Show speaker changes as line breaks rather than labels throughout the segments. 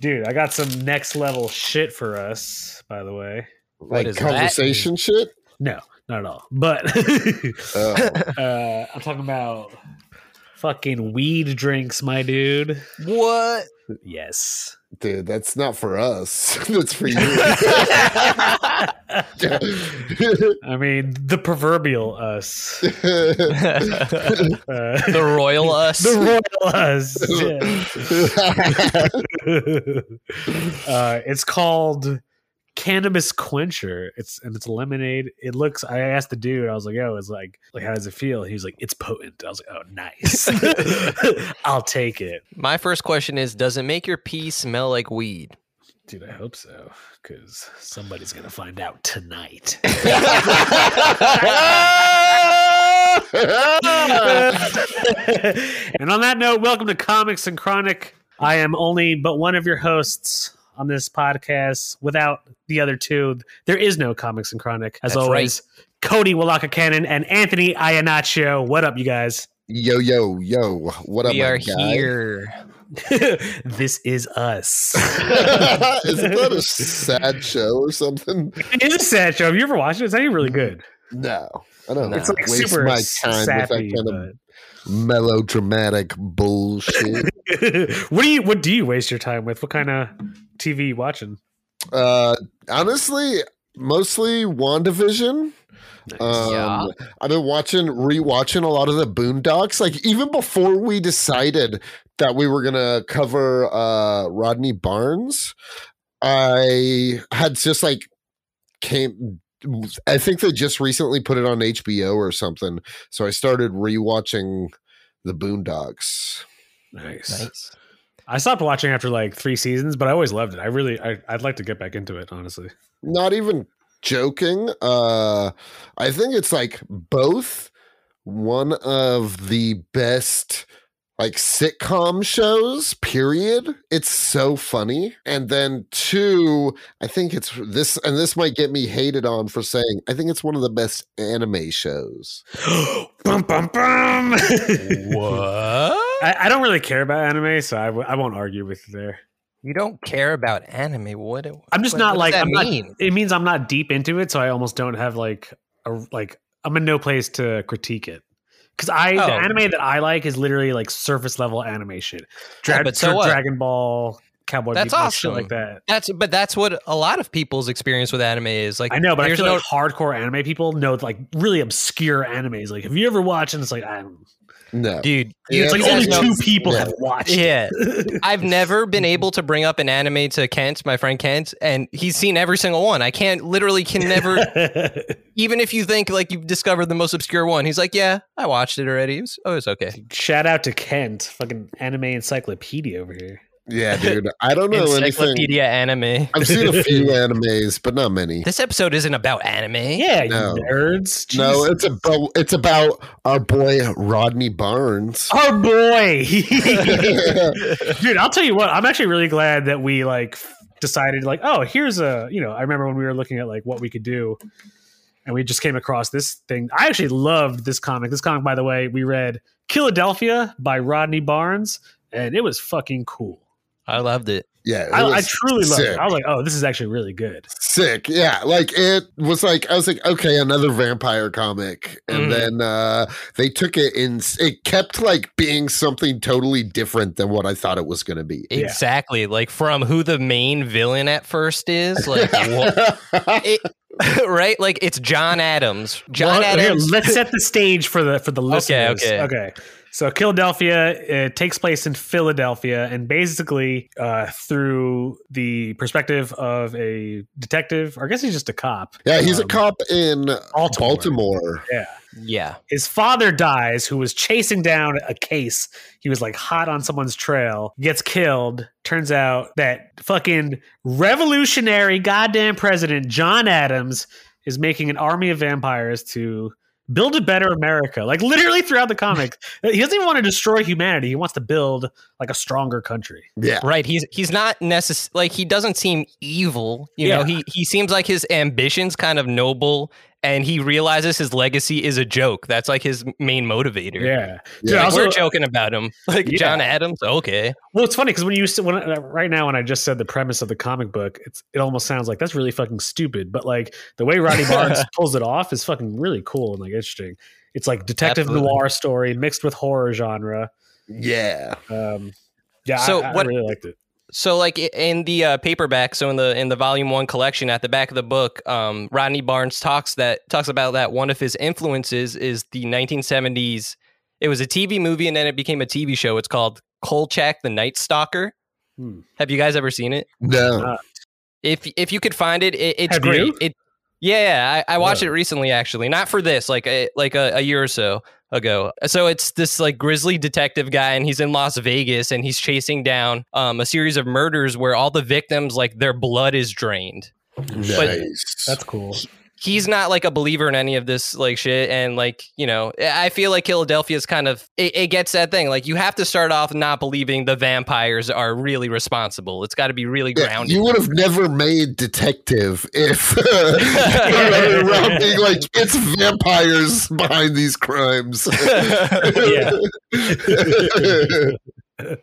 Dude, I got some next level shit for us, by the way.
Like
is that?
conversation shit?
No, not at all. But
Oh,
uh, I'm talking about fucking weed drinks, my dude.
What?
Yes.
dude, that's not for us. that's for you.
I mean, the proverbial us.
the
Uh,
royal us.
the royal us. Yeah. uh, it's called cannabis quencher it's and it's lemonade it looks i asked the dude i was like oh it's like like how does it feel he was like it's potent i was like oh nice i'll take it
My first question is Does it make your pee smell like weed?
dude i hope so because somebody's gonna find out tonight and on that note, welcome to Comics and Chronic. I am only but one of your hosts on this podcast. Without the other two, there is no Comics and Chronic. As
That's
always, Cody Walaka Cannon and Anthony Iannaccio. What up, you guys?
yo, yo, yo. What up,
we
my
are
guy?
here.
this is us.
Isn't that a sad show or something?
it is a sad show. Have you ever watched it? It's actually really good.
No, I don't.
It's
It's Nah.
like
waste
super
my time
sappy.
with that kind
but-
of melodramatic bullshit.
what do you what do you waste your time with? What kind of TV you watching?
uh, honestly, mostly Wandavision. Um,
Yeah.
I've been watching, rewatching a lot of the Boondocks. Like even before we decided that we were gonna cover uh, Rodney Barnes, I had just like came. I think they just recently put it on HBO or something. So I started rewatching the Boondocks.
Nice.
Nice.
I stopped watching after like three seasons, but I always loved it. I really, I, I'd like to get back into it, honestly.
not even joking uh i think it's like both one of the best like sitcom shows period it's so funny and then two i think it's this and this might get me hated on for saying i think it's one of the best anime shows
bum, bum, bum. I,
What?
I don't really care about anime, so I, w- I won't argue with you there.
You don't care about anime. What?
I'm just
what-
not
what
like,
Does that
I'm
mean?
Not, it means I'm not deep into it, so I almost don't have like, a, like I'm in no place to critique it. Because I, the
Oh.
anime that I like is literally like surface level anime shit.
Yeah, but so
Dra-
what?
Dragon Ball, Cowboy
That's
Bebop,
awesome.
shit like that.
That's but that's what a lot of people's experience with anime is like.
I know, but I
there's
feel
no
like hardcore anime people know like really obscure animes. Like, have you ever watched? And it's like, I don't.
no
dude.
Yeah,
It's
you
like only
guys
two
know-
people
Yeah.
have watched. it.
Yeah, I've never been
mm-hmm.
able to bring up an anime to Kent, my friend Kent, and he's seen every single one. I can't literally can never. even if you think like you've discovered the most obscure one, he's like, yeah, I watched it already. It was, oh, it's okay.
Shout out to Kent, fucking anime encyclopedia over here.
yeah dude i don't know anything
Encyclopedia anime.
i've seen a few animes but not many
This episode isn't about anime.
Yeah,
No.
you nerds.
no
Jesus.
it's about it's about our boy rodney barnes
our Oh, boy. Dude, I'll tell you what. I'm actually really glad that we like f- decided like, oh, here's a you know. I remember when we were looking at like what we could do, and we just came across this thing. I actually loved this comic. This comic, by the way, we read Philadelphia by Rodney Barnes, and it was fucking cool.
I loved it.
Yeah, it
I, I
was
truly loved it.
sick.
I was like, oh, this is actually really good.
sick. Yeah, like it was like I was like, okay, another vampire comic, and
Mm.
Mhm.
then uh they took it in. It kept like being something totally different than what I thought it was going to be.
Yeah.
Exactly. Like from who the main villain at first is, like what, it, right? Like it's John Adams. John
Well, here,
Adams.
let's set the stage for the for the listeners.
okay.
So, Philadelphia it takes place in Philadelphia, and basically, uh, through the perspective of a detective, or I guess he's just a cop.
yeah, he's
um,
a cop in
Baltimore.
Baltimore.
Yeah.
His father dies, who was chasing down a case. He was like hot on someone's trail, gets killed. Turns out that fucking revolutionary goddamn president John Adams is making an army of vampires to build a better America. Like literally throughout the comic, he doesn't even want to destroy humanity. He wants to build like a stronger country.
Yeah,
Right. He's he's not necess- like he doesn't seem evil. You
Yeah.
know, he he seems like his ambitions kind of noble and he realizes his legacy is a joke. That's like his main
Yeah.
motivator.
Yeah.
Dude,
Like,
also-
we're joking about him. Like
Yeah.
John Adams, okay.
Well, it's funny because when you s- when uh, right now when I just said the premise of the comic book, it's it almost sounds like that's really fucking stupid. But like the way Roddy Barnes pulls it off is fucking really cool and like interesting. It's like detective
Absolutely.
noir story mixed with horror genre.
Yeah.
Um, yeah,
So
I, I
what-
really liked it.
So like i- in the uh, paperback, so in the in the volume one collection, at the back of the book, um, Rodney Barnes talks that talks about that one of his influences is the 1970s. It was a TV movie, and then it became a TV show. It's called Kolchak the Night Stalker.
Hmm.
Have you guys ever seen it?
No.
Uh,
If if you could find it, it it's
Have
great.
you?
It yeah, I, I watched
Whoa.
it recently actually, not for this, like a, like a, a year or so ago. So it's this like grizzly detective guy, and he's in Las Vegas, and he's chasing down um, a series of murders where all the victims like their blood is drained.
nice.
That's cool.
He's not like a believer in any of this like shit, and like you know, I I feel like Philadelphia is kind of it, it gets that thing. Like you have to start off not believing the vampires are really responsible. It's got to be really
Yeah,
grounded.
you would have never made detective if you were around being like it's vampires behind these crimes.
Yeah.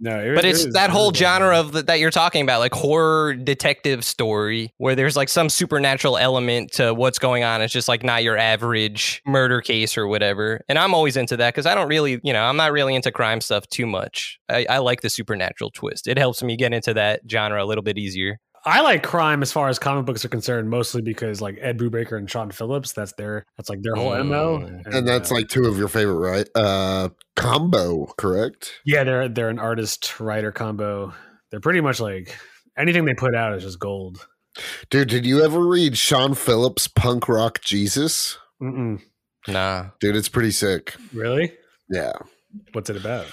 No, it-
but
it
it's
was
that whole
really good.
genre of the, that you're talking about like horror detective story where there's like some supernatural element to what's going on it's just like not your average murder case or whatever and i'm always into that because i don't really you know i'm not really into crime stuff too much I, I like the supernatural twist it helps me get into that genre a little bit easier
I like crime as far as comic books are concerned, mostly because like Ed Brubaker and Sean Phillips, that's their that's like their whole mo,
Mm.
and that's
uh,
like two of your favorite, right? Uh combo, correct?
Yeah, they're they're an artist writer combo. They're pretty much like anything they put out is just gold.
Dude, did you ever read Sean Phillips Punk Rock Jesus?
Mm-mm.
nah
Dude, it's pretty sick.
Really?
Yeah.
What's it about?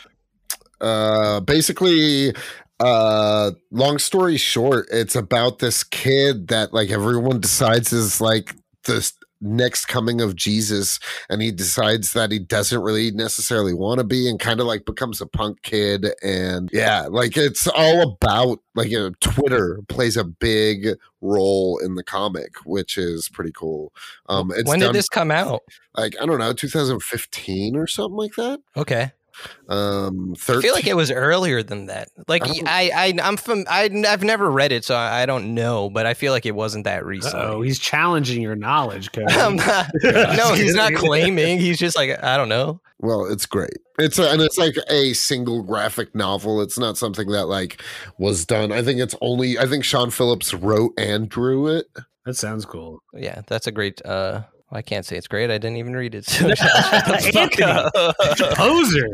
Uh basically uh long story short it's about this kid that like everyone decides is like the next coming of jesus and he decides that he doesn't really necessarily want to be and kind of like becomes a punk kid and yeah like it's all about like you know twitter plays a big role in the comic which is pretty cool um it's
when did
done,
this come out
like i don't know 2015 or something like that
okay
um 13
i feel like it was earlier than that like
I don't-
i, I i'm from I, i've never read it so I, I don't know but i feel like it wasn't that recent
Oh, he's challenging your knowledge, Kevin.
I'm not- no, he's not claiming. He's just like I don't know.
Well, it's great. It's a, and it's like a single graphic novel. It's not something that like was done. I think it's only I think Sean Phillips wrote and drew it.
That sounds cool.
Yeah, that's a great. uh I can't say it's great. I didn't even read it. So
Anthony. Poser.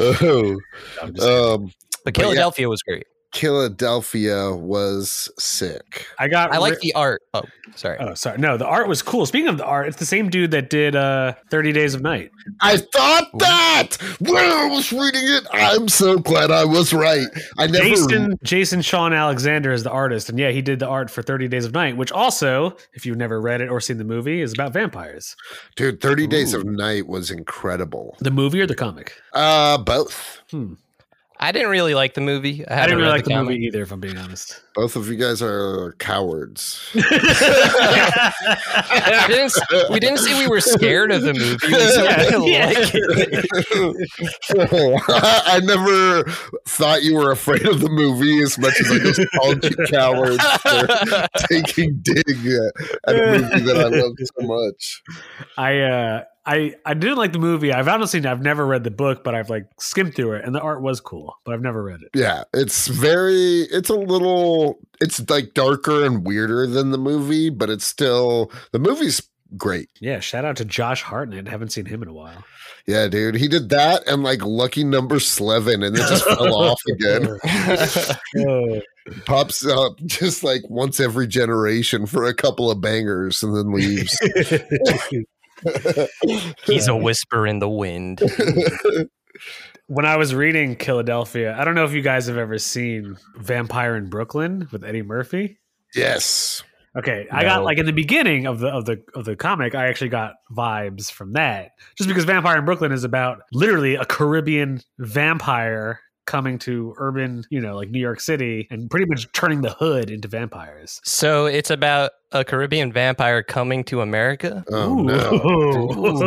oh,
I'm just-
um,
but
yeah.
Philadelphia was great.
Philadelphia was sick.
I got.
I like
ri-
the art. Oh, sorry.
Oh, sorry. No, the art was cool. Speaking of the art, it's the same dude that did uh, Thirty Days of Night.
I thought that when I was reading it, I'm so glad I was right. I never
Jason Jason Sean Alexander is the artist, and yeah, he did the art for Thirty Days of Night, which also, if you've never read it or seen the movie, is about vampires.
dude. Thirty Days of Night was incredible.
The movie or the comic?
Uh, both.
I didn't really like the movie. I,
I
haven't
didn't really
read
like the,
comic.
movie either, if I'm being honest.
Both of you guys are cowards.
I didn't s- we didn't say we were scared of the movie. We said we
Yeah, yeah.
didn't like it.
I never thought you were afraid of the movie as much as I just called you cowards for taking dig at a movie that I love so much.
I uh, I I didn't like the movie. I've honestly I've never read the book, but I've like skimmed through it, and the art was cool, but I've never read it.
Yeah, it's very, it's a little, it's like darker and weirder than the movie, but it's still, the movie's great.
Yeah, shout out to Josh Hartnett. Haven't seen him in a while.
Yeah, dude, he did that and like Lucky Number 11 and it just fell off again.
Oh,
pops up just like once every generation for a couple of bangers and then leaves.
He's a whisper in the wind.
when I was reading Philadelphia, I don't know if you guys have ever seen Vampire in Brooklyn with Eddie Murphy.
yes.
Okay, I got
No.
like in the beginning of the of the of the comic, I actually got vibes from that. Just because Vampire in Brooklyn is about literally a Caribbean vampire coming to urban, you know, like New York City and pretty much turning the hood into vampires.
So it's about a Caribbean vampire coming to America.
Oh
Ooh.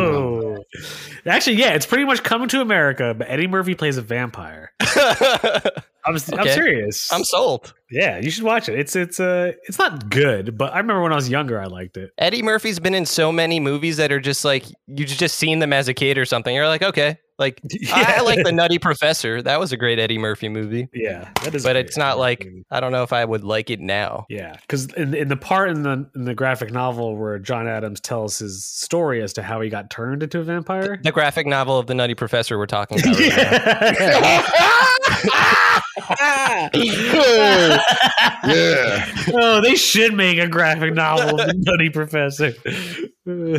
no.
Ooh. Actually, yeah, it's pretty much coming to America, but Eddie Murphy plays a vampire. I'm, I'm
Okay.
serious.
I'm sold.
yeah, you should watch it. It's it's uh it's not good, but I remember when I was younger, I liked it.
Eddie Murphy's been in so many movies that are just like you've just seen them as a kid or something. You're like, okay, like I, I like the Nutty Professor. That was a great Eddie Murphy movie.
yeah, that is. Mm.
But
great.
it's not like I don't know if I would like it now.
Yeah, because in, in the part in the in the graphic novel where John Adams tells his story as to how he got turned into a vampire.
The graphic novel of the Nutty Professor we're talking about. Right now.
Oh, yeah.
oh, they should make a graphic novel of the Nutty Professor. yeah,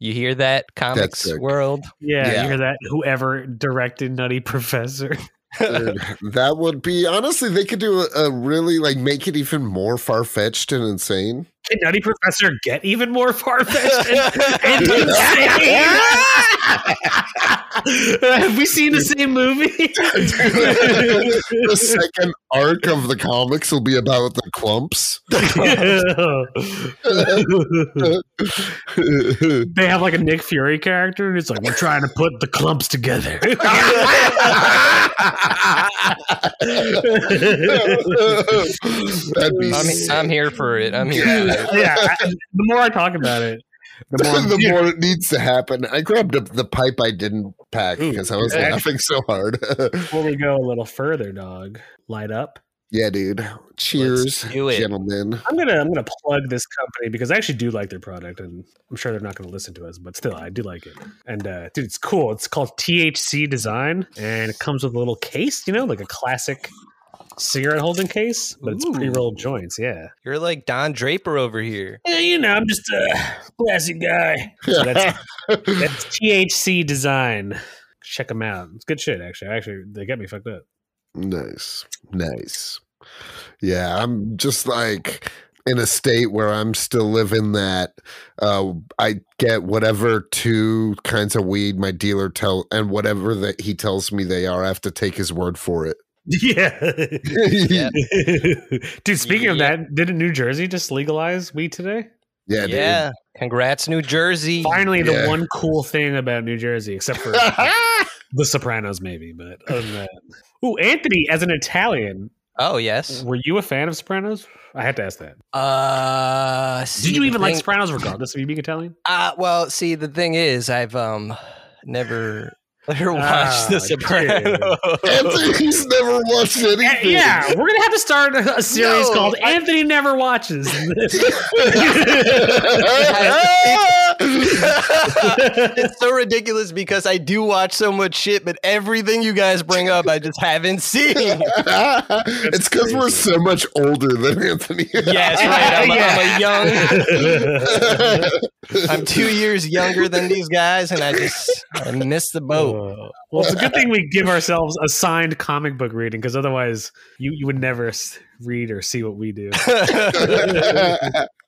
You hear that comics
sick.
world?
you
Yeah.
hear that? Whoever directed Nutty Professor.
Dude, that would be honestly they could do a, a really like make it even more far fetched and insane.
Can Nutty Professor get even more far fetched and, and insane? Have we seen the same movie?
The second arc of the comics will be about the clumps.
they have like a Nick Fury character, and it's like we're trying to put the clumps together.
That'd be
I'm,
sick.
I'm here for it. I'm here. For it.
yeah, I- the more I talk about it, the more. I'm-
the more it needs to happen. I grabbed up the pipe I didn't pack because I was
Ooh,
laughing so hard.
before we go a little further, dog, light up.
yeah, dude. Cheers,
do it.
gentlemen.
I'm gonna I'm gonna plug this company because I actually do like their product, and I'm sure they're not gonna listen to us, but still, I do like it. And uh, dude, it's cool. It's called THC Design, and it comes with a little case, you know, like a classic cigarette holding case, but it's
Ooh.
pre-rolled joints. Yeah,
You're like Don Draper over here.
yeah, Eh, you know, I'm just a classy guy. that's- That's THC Design. Check them out. It's good shit. Actually, actually, they got me fucked up.
Nice. Nice. Yeah, I'm just like in a state where I'm still living that uh I get whatever two kinds of weed my dealer tell and whatever that he tells me they are, I have to take his word for it.
Yeah.
yeah,
Dude, speaking of
Yeah.
that, didn't New Jersey just legalize weed today?
dude.
yeah. Congrats, New Jersey.
Finally, the
Yeah.
one cool thing about New Jersey, except for The Sopranos, maybe, but other than that. Ooh, Anthony, as an Italian,
Oh yes.
were you a fan of Sopranos? I had to ask that.
Uh,
Did
see,
you
the
even like
thing-
Sopranos, regardless of you being Italian?
Uh, well, see, the thing is, I've um never never watched
Ah,
The Sopranos.
Anthony's never watched
Yeah,
anything.
yeah, we're gonna have to start a a series
No,
called
I-
Anthony Never Watches.
it's so ridiculous because I do watch so much shit, but everything you guys bring up, I just haven't seen.
it's because we're so much older than Anthony.
Yes, right. I'm, a- I'm a young. I'm two years younger than these guys, and I just I missed the boat.
Uh, well, it's a good thing we give ourselves a signed comic book reading because otherwise, you, you would never s- read or see what we do.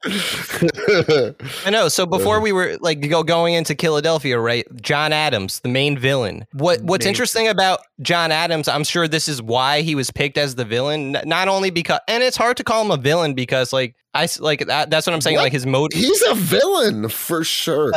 I know. So before we were like go going into Philadelphia, right? John Adams, the main villain. What what's
Main-
interesting about John Adams? I'm sure this is why he was picked as the villain. n- Not only because, and it's hard to call him a villain because, like, I s- like that, that's what I'm saying.
What?
Like his motive.
He's a villain for sure.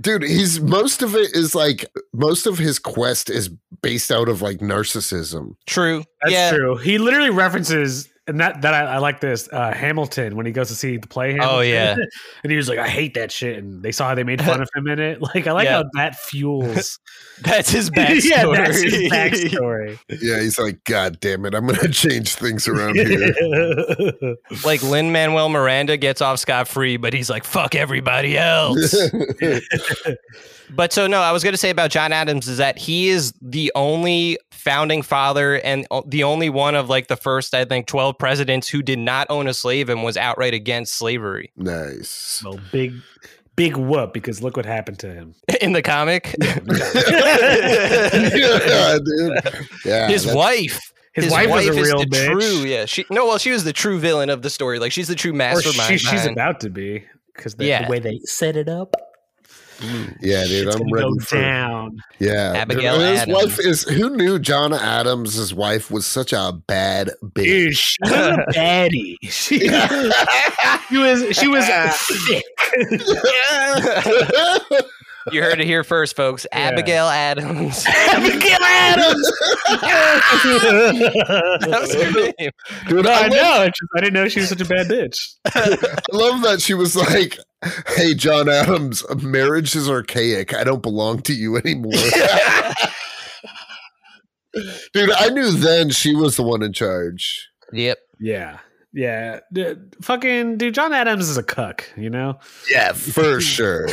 Dude, he's most of it is like most of his quest is based out of like narcissism.
True.
That's
yeah.
true. He literally references, and that that I, I like this uh, Hamilton when he goes to see the play. Hamilton.
Oh, yeah.
and he was like, "I hate that shit," and they saw how they made fun of him in it. Like, I like
Yeah.
how that fuels.
That's his backstory.
yeah, that's his backstory.
Yeah, he's like, God damn it, I'm gonna change things around here.
like Lin Manuel Miranda gets off scot free, but he's like, fuck everybody else. But so no, I was going to say about John Adams is that he is the only founding father and o- the only one of like the first I think 12 presidents who did not own a slave and was outright against slavery
nice.
well, big, big whoop because look what happened to him.
in the comic.
yeah, dude. Yeah,
His
that's-
wife
His, wife, was a
is
real
the
bitch.
true, yeah. She no, well, she was the true villain of the story. Like she's the true
or
mastermind.
she, she's
behind-
about to be because the,
Yeah.
the way they set it up.
Yeah, dude,
It's
I'm
gonna
ready
go
for
down.
yeah.
Abigail
And his
Adams.
wife is who knew John Adams' wife was such a bad bitch.
Dude, she was a baddie. She, she was she was thick.
You heard it here first, folks.
Yeah.
Abigail Adams.
Abigail Adams.
That was her name.
Dude,
I
I,
know.
love,
I, just, I didn't know she was such a bad bitch.
I love that she was like, "Hey, John Adams, marriage is archaic. I don't belong to you anymore." Dude, I knew then she was the one in charge.
Yep.
Yeah. Yeah. Dude, fucking dude, John Adams is a cuck, you know?
Yeah, for sure.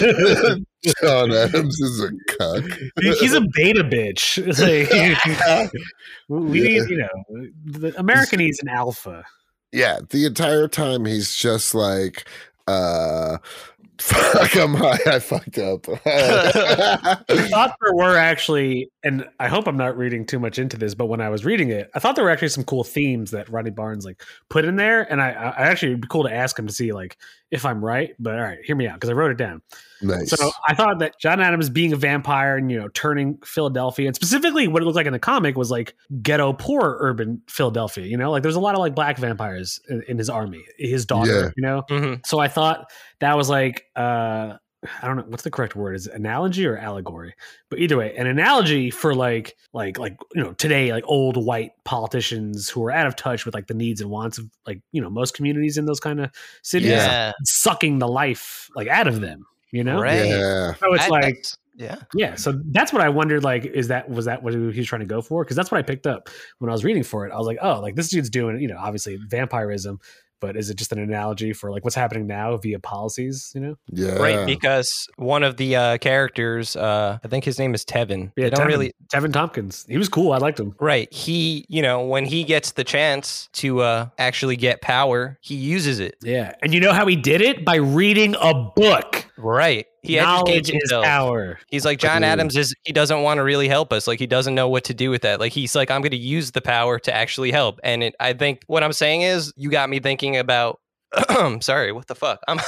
John Adams is a cuck.
Dude, he's a beta bitch. Like, we
Yeah.
need, you know, the America needs an alpha.
Yeah, the entire time he's just like, uh, fuck, I'm high. I fucked up.
I thought there were actually, and I hope I'm not reading too much into this, but when I was reading it, I thought there were actually some cool themes that Ronnie Barnes like put in there, and I, I I actually it'd be cool to ask him to see like if I'm right. But all right, hear me out because I wrote it down.
nice.
So I thought that John Adams being a vampire and you know turning Philadelphia and specifically what it looked like in the comic was like ghetto poor urban Philadelphia. You know, like there's a lot of like black vampires in, in his army, his daughter.
Yeah.
You know,
hmm
so I thought that was like uh I don't know what's the correct word is it analogy or allegory but either way an analogy for like like like you know today like old white politicians who are out of touch with like the needs and wants of like you know most communities in those kind of cities
Yeah.
sucking the life like out of them you know
Right.
yeah.
so it's
I-
like
that's- yeah.
yeah so that's what I wondered like is that was that what he was trying to go for because that's what I picked up when I was reading for it I was like oh like this dude's doing you know obviously vampirism but is it just an analogy for like what's happening now via policies you know
Yeah.
Right, because one of the uh, characters, uh, I think his name is Tevin.
Yeah,
they don't
Tevin.
really.
Tevin Tompkins. He was cool. I liked him.
Right, he, you know, when he gets the chance to uh, actually get power, he uses it.
Yeah. And you know how he did it? By reading a book.
Right, he educates
Knowledge is
himself.
power.
He's like John
Ooh.
Adams is he doesn't want to really help us. Like he doesn't know what to do with that. Like he's like I'm going to use the power to actually help. And it, I think what I'm saying is you got me thinking about sorry, what the fuck? I'm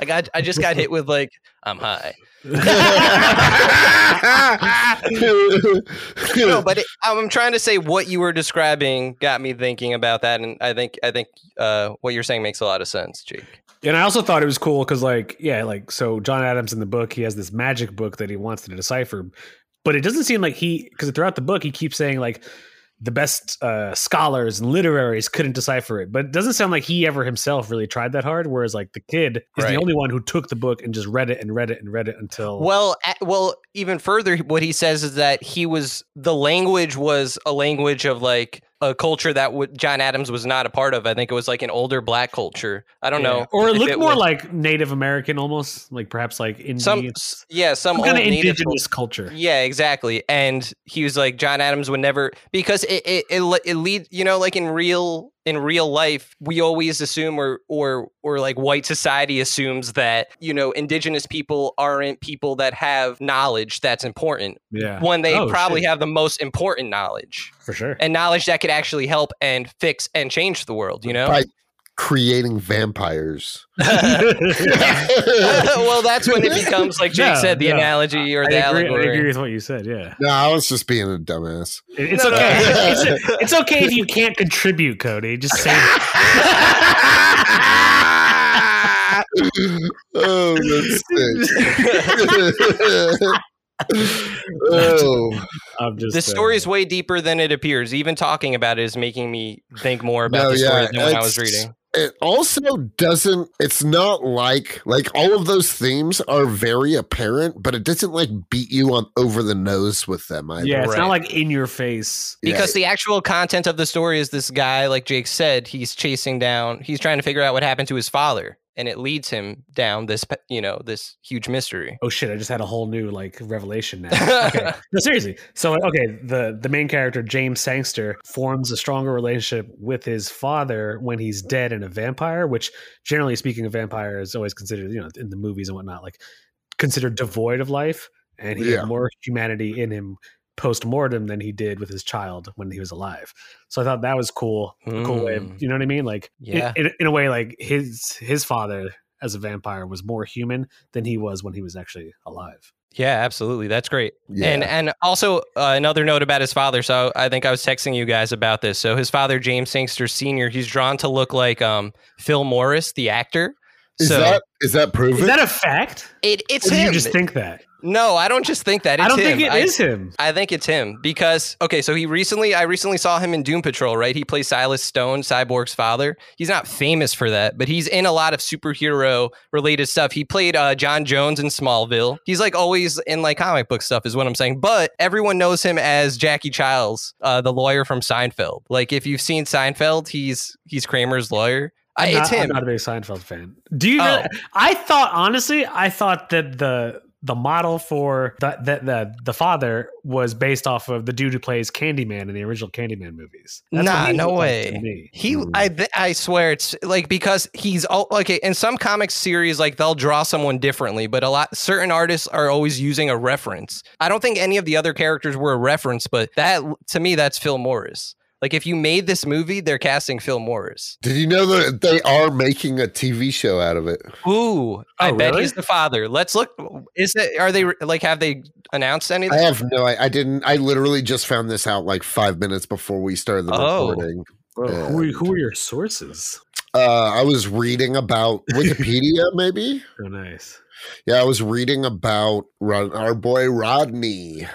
I got I just got hit with like I'm high. no, but it, I'm trying to say what you were describing got me thinking about that, and I think I think uh, what you're saying makes a lot of sense, Jake.
And I also thought it was cool because, like, yeah, like, so John Adams in the book, he has this magic book that he wants to decipher, but it doesn't seem like he, because throughout the book, he keeps saying, like, the best uh, scholars and literaries couldn't decipher it, but it doesn't sound like he ever himself really tried that hard. Whereas, like, the kid is
Right.
the only one who took the book and just read it and read it and read it until.
Well, a- well, even further, what he says is that he was the language was a language of like a culture that would John Adams was not a part of. I think it was like an older black culture. I don't
Yeah.
know,
Or it
if
looked
it
more
was-
like Native American almost, like perhaps like Indian.
some s- yeah some,
some
old
kind of
native cul-
indigenous culture.
Yeah, exactly. And he was like, John Adams would never because it it it, le- it lead you know like in real in real life we always assume or or or like white society assumes that you know indigenous people aren't people that have knowledge that's important
Yeah.
when they
Oh,
probably
shit.
have the most important knowledge
for sure.
and knowledge that could actually help and fix and change the world. You know.
Right. Creating vampires.
well, that's when it becomes like Jake
Yeah,
said, the
yeah.
analogy or
I
the
agree, I
allegory.
agree with what you said. Yeah,
No, I was just being a dumbass.
It- it's
No, no.
okay. it's, it's okay if you can't contribute, Cody. Just say it.
oh, that's sick. oh,
I'm just
the
uh,
story is way deeper than it appears. Even talking about it is making me think more about
No,
the story
yeah,
than when I was
it's-
reading.
it also doesn't it's not like like all of those themes are very apparent but it doesn't like beat you on over the nose with them either.
Yeah, it's
Right.
not like in your face.
Yeah.
Because the actual content of the story is this guy, like Jake said, he's chasing down, he's trying to figure out what happened to his father, and it leads him down this, pe- you know, this huge mystery.
Oh shit! I just had a whole new like revelation now. Okay, no seriously. So like, okay, the the main character James Sangster forms a stronger relationship with his father when he's dead and a vampire, which generally speaking, a vampire is always considered you know in the movies and whatnot like considered devoid of life, and he
Yeah.
had more humanity in him post mortem than he did with his child when he was alive. So I thought that was cool, a cool way. Of,
Mm.
you know what I mean? Like, in-
Yeah.
in, in a way, like his his father as a vampire was more human than he was when he was actually alive.
Yeah, absolutely. That's great.
Yeah.
And and also uh, another note about his father. So I think I was texting you guys about this. So his father, James Sangster Sr., he's drawn to look like um, Phil Morris, the actor.
is
so
that is that proven?
Is that a fact?
it, it's
Or do
him.
you just think that?
no, I don't just think that. It's
I don't
him.
think it is
I,
him.
I think it's him because okay, so he recently I recently saw him in Doom Patrol, right? He plays Silas Stone, Cyborg's father. He's not famous for that, but he's in a lot of superhero related stuff. He played uh, John Jones in Smallville. He's like always in like comic book stuff, is what I'm saying. But everyone knows him as Jackie Childs, uh, the lawyer from Seinfeld. Like if you've seen Seinfeld, he's he's Kramer's lawyer. I,
I'm
it's
not, I'm
him.
not a big Seinfeld fan. Do you?
Oh.
Really, I thought honestly, I thought that the the model for the, the the the father was based off of the dude who plays Candyman in the original Candyman movies. That's what
Nah,
he
no
looked like to
way.
me.
He,
Mm.
I, th- I swear it's like because he's all okay. In some comic series, like they'll draw someone differently, but a lot certain artists are always using a reference. I don't think any of the other characters were a reference, but that to me, that's Phil Morris. Like if you made this movie, they're casting Phil Morris.
Did you know that they are making a TV show out of it?
Ooh, I
Oh,
bet
really?
he's the father. Let's look. Is it? Are they like? Have they announced
I
anything?
have no. I, I didn't. I literally just found this out like five minutes before we started the
Oh.
recording.
Whoa, who, are- who are your sources?
Uh, I was reading about Wikipedia, maybe.
So Oh, nice,
Yeah, I was reading about Rod- our boy Rodney.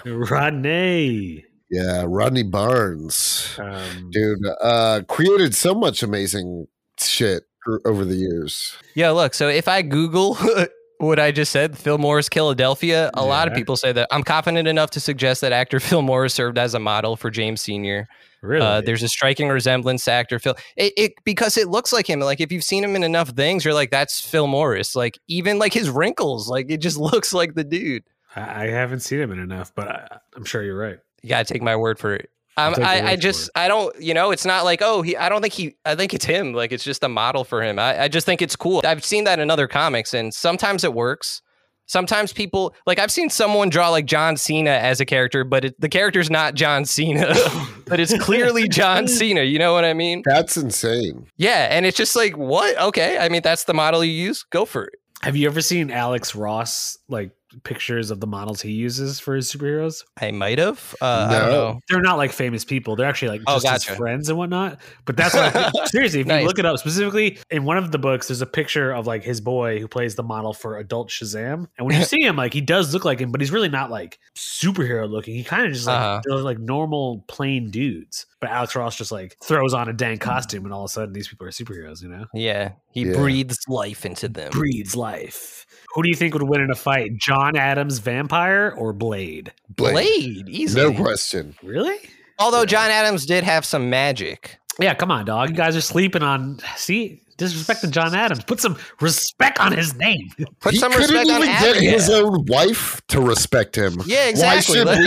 Rodney.
Yeah, Rodney Barnes,
Um,
dude, uh, created so much amazing shit o- over the years.
Yeah, look. So if I Google what I just said, Phil Morris, Philadelphia, a lot of
Yeah.
people say that. I'm confident enough to suggest that actor Phil Morris served as a model for James Sr.
really?
Uh, there's a striking resemblance to actor Phil. It, it because it looks like him. Like if you've seen him in enough things, you're like, that's Phil Morris. Like even like his wrinkles, like it just looks like the dude.
I, I haven't seen him in enough, but I, I'm sure you're right.
You gotta take my word for it.
I'll
Um,
take your
I, I
word for
just
it.
I don't you know it's not like oh he I don't think he I think it's him like it's just a model for him I, I just think it's cool I've seen that in other comics and sometimes it works sometimes people like I've seen someone draw like John Cena as a character but it, the character's not John Cena but it's clearly John Cena you know what I mean
That's insane.
yeah and it's just like what okay I mean that's the model you use go for it
Have you ever seen Alex Ross like pictures of the models he uses for his superheroes?
I might have uh, I don't
No.
know
they're not like famous people. They're actually like
Oh,
just his
gotcha.
friends and whatnot. But that's what I think. seriously. If
Nice.
you look it up specifically in one of the books, there's a picture of like his boy who plays the model for adult Shazam. And when you see him, like he does look like him, but he's really not like superhero looking. He kind of just like
Uh-huh.
they're like normal plain dudes. But Alex Ross just like throws on a dang
Hmm.
costume, and all of a sudden these people are superheroes. You know,
yeah he
Yeah.
breathes life into them
breathes life. Who do you think would win in a fight, John Adams, Vampire or Blade?
Blade.
Blade
No
easily
question.
Really?
Although John Adams did have some magic.
Yeah, come on, dog. You guys are sleeping on. See, disrespecting John Adams. Put some respect on his name.
Put
he
some
couldn't
respect
even
on
get
Adams.
his own wife to respect him.
yeah, exactly.
should
Like-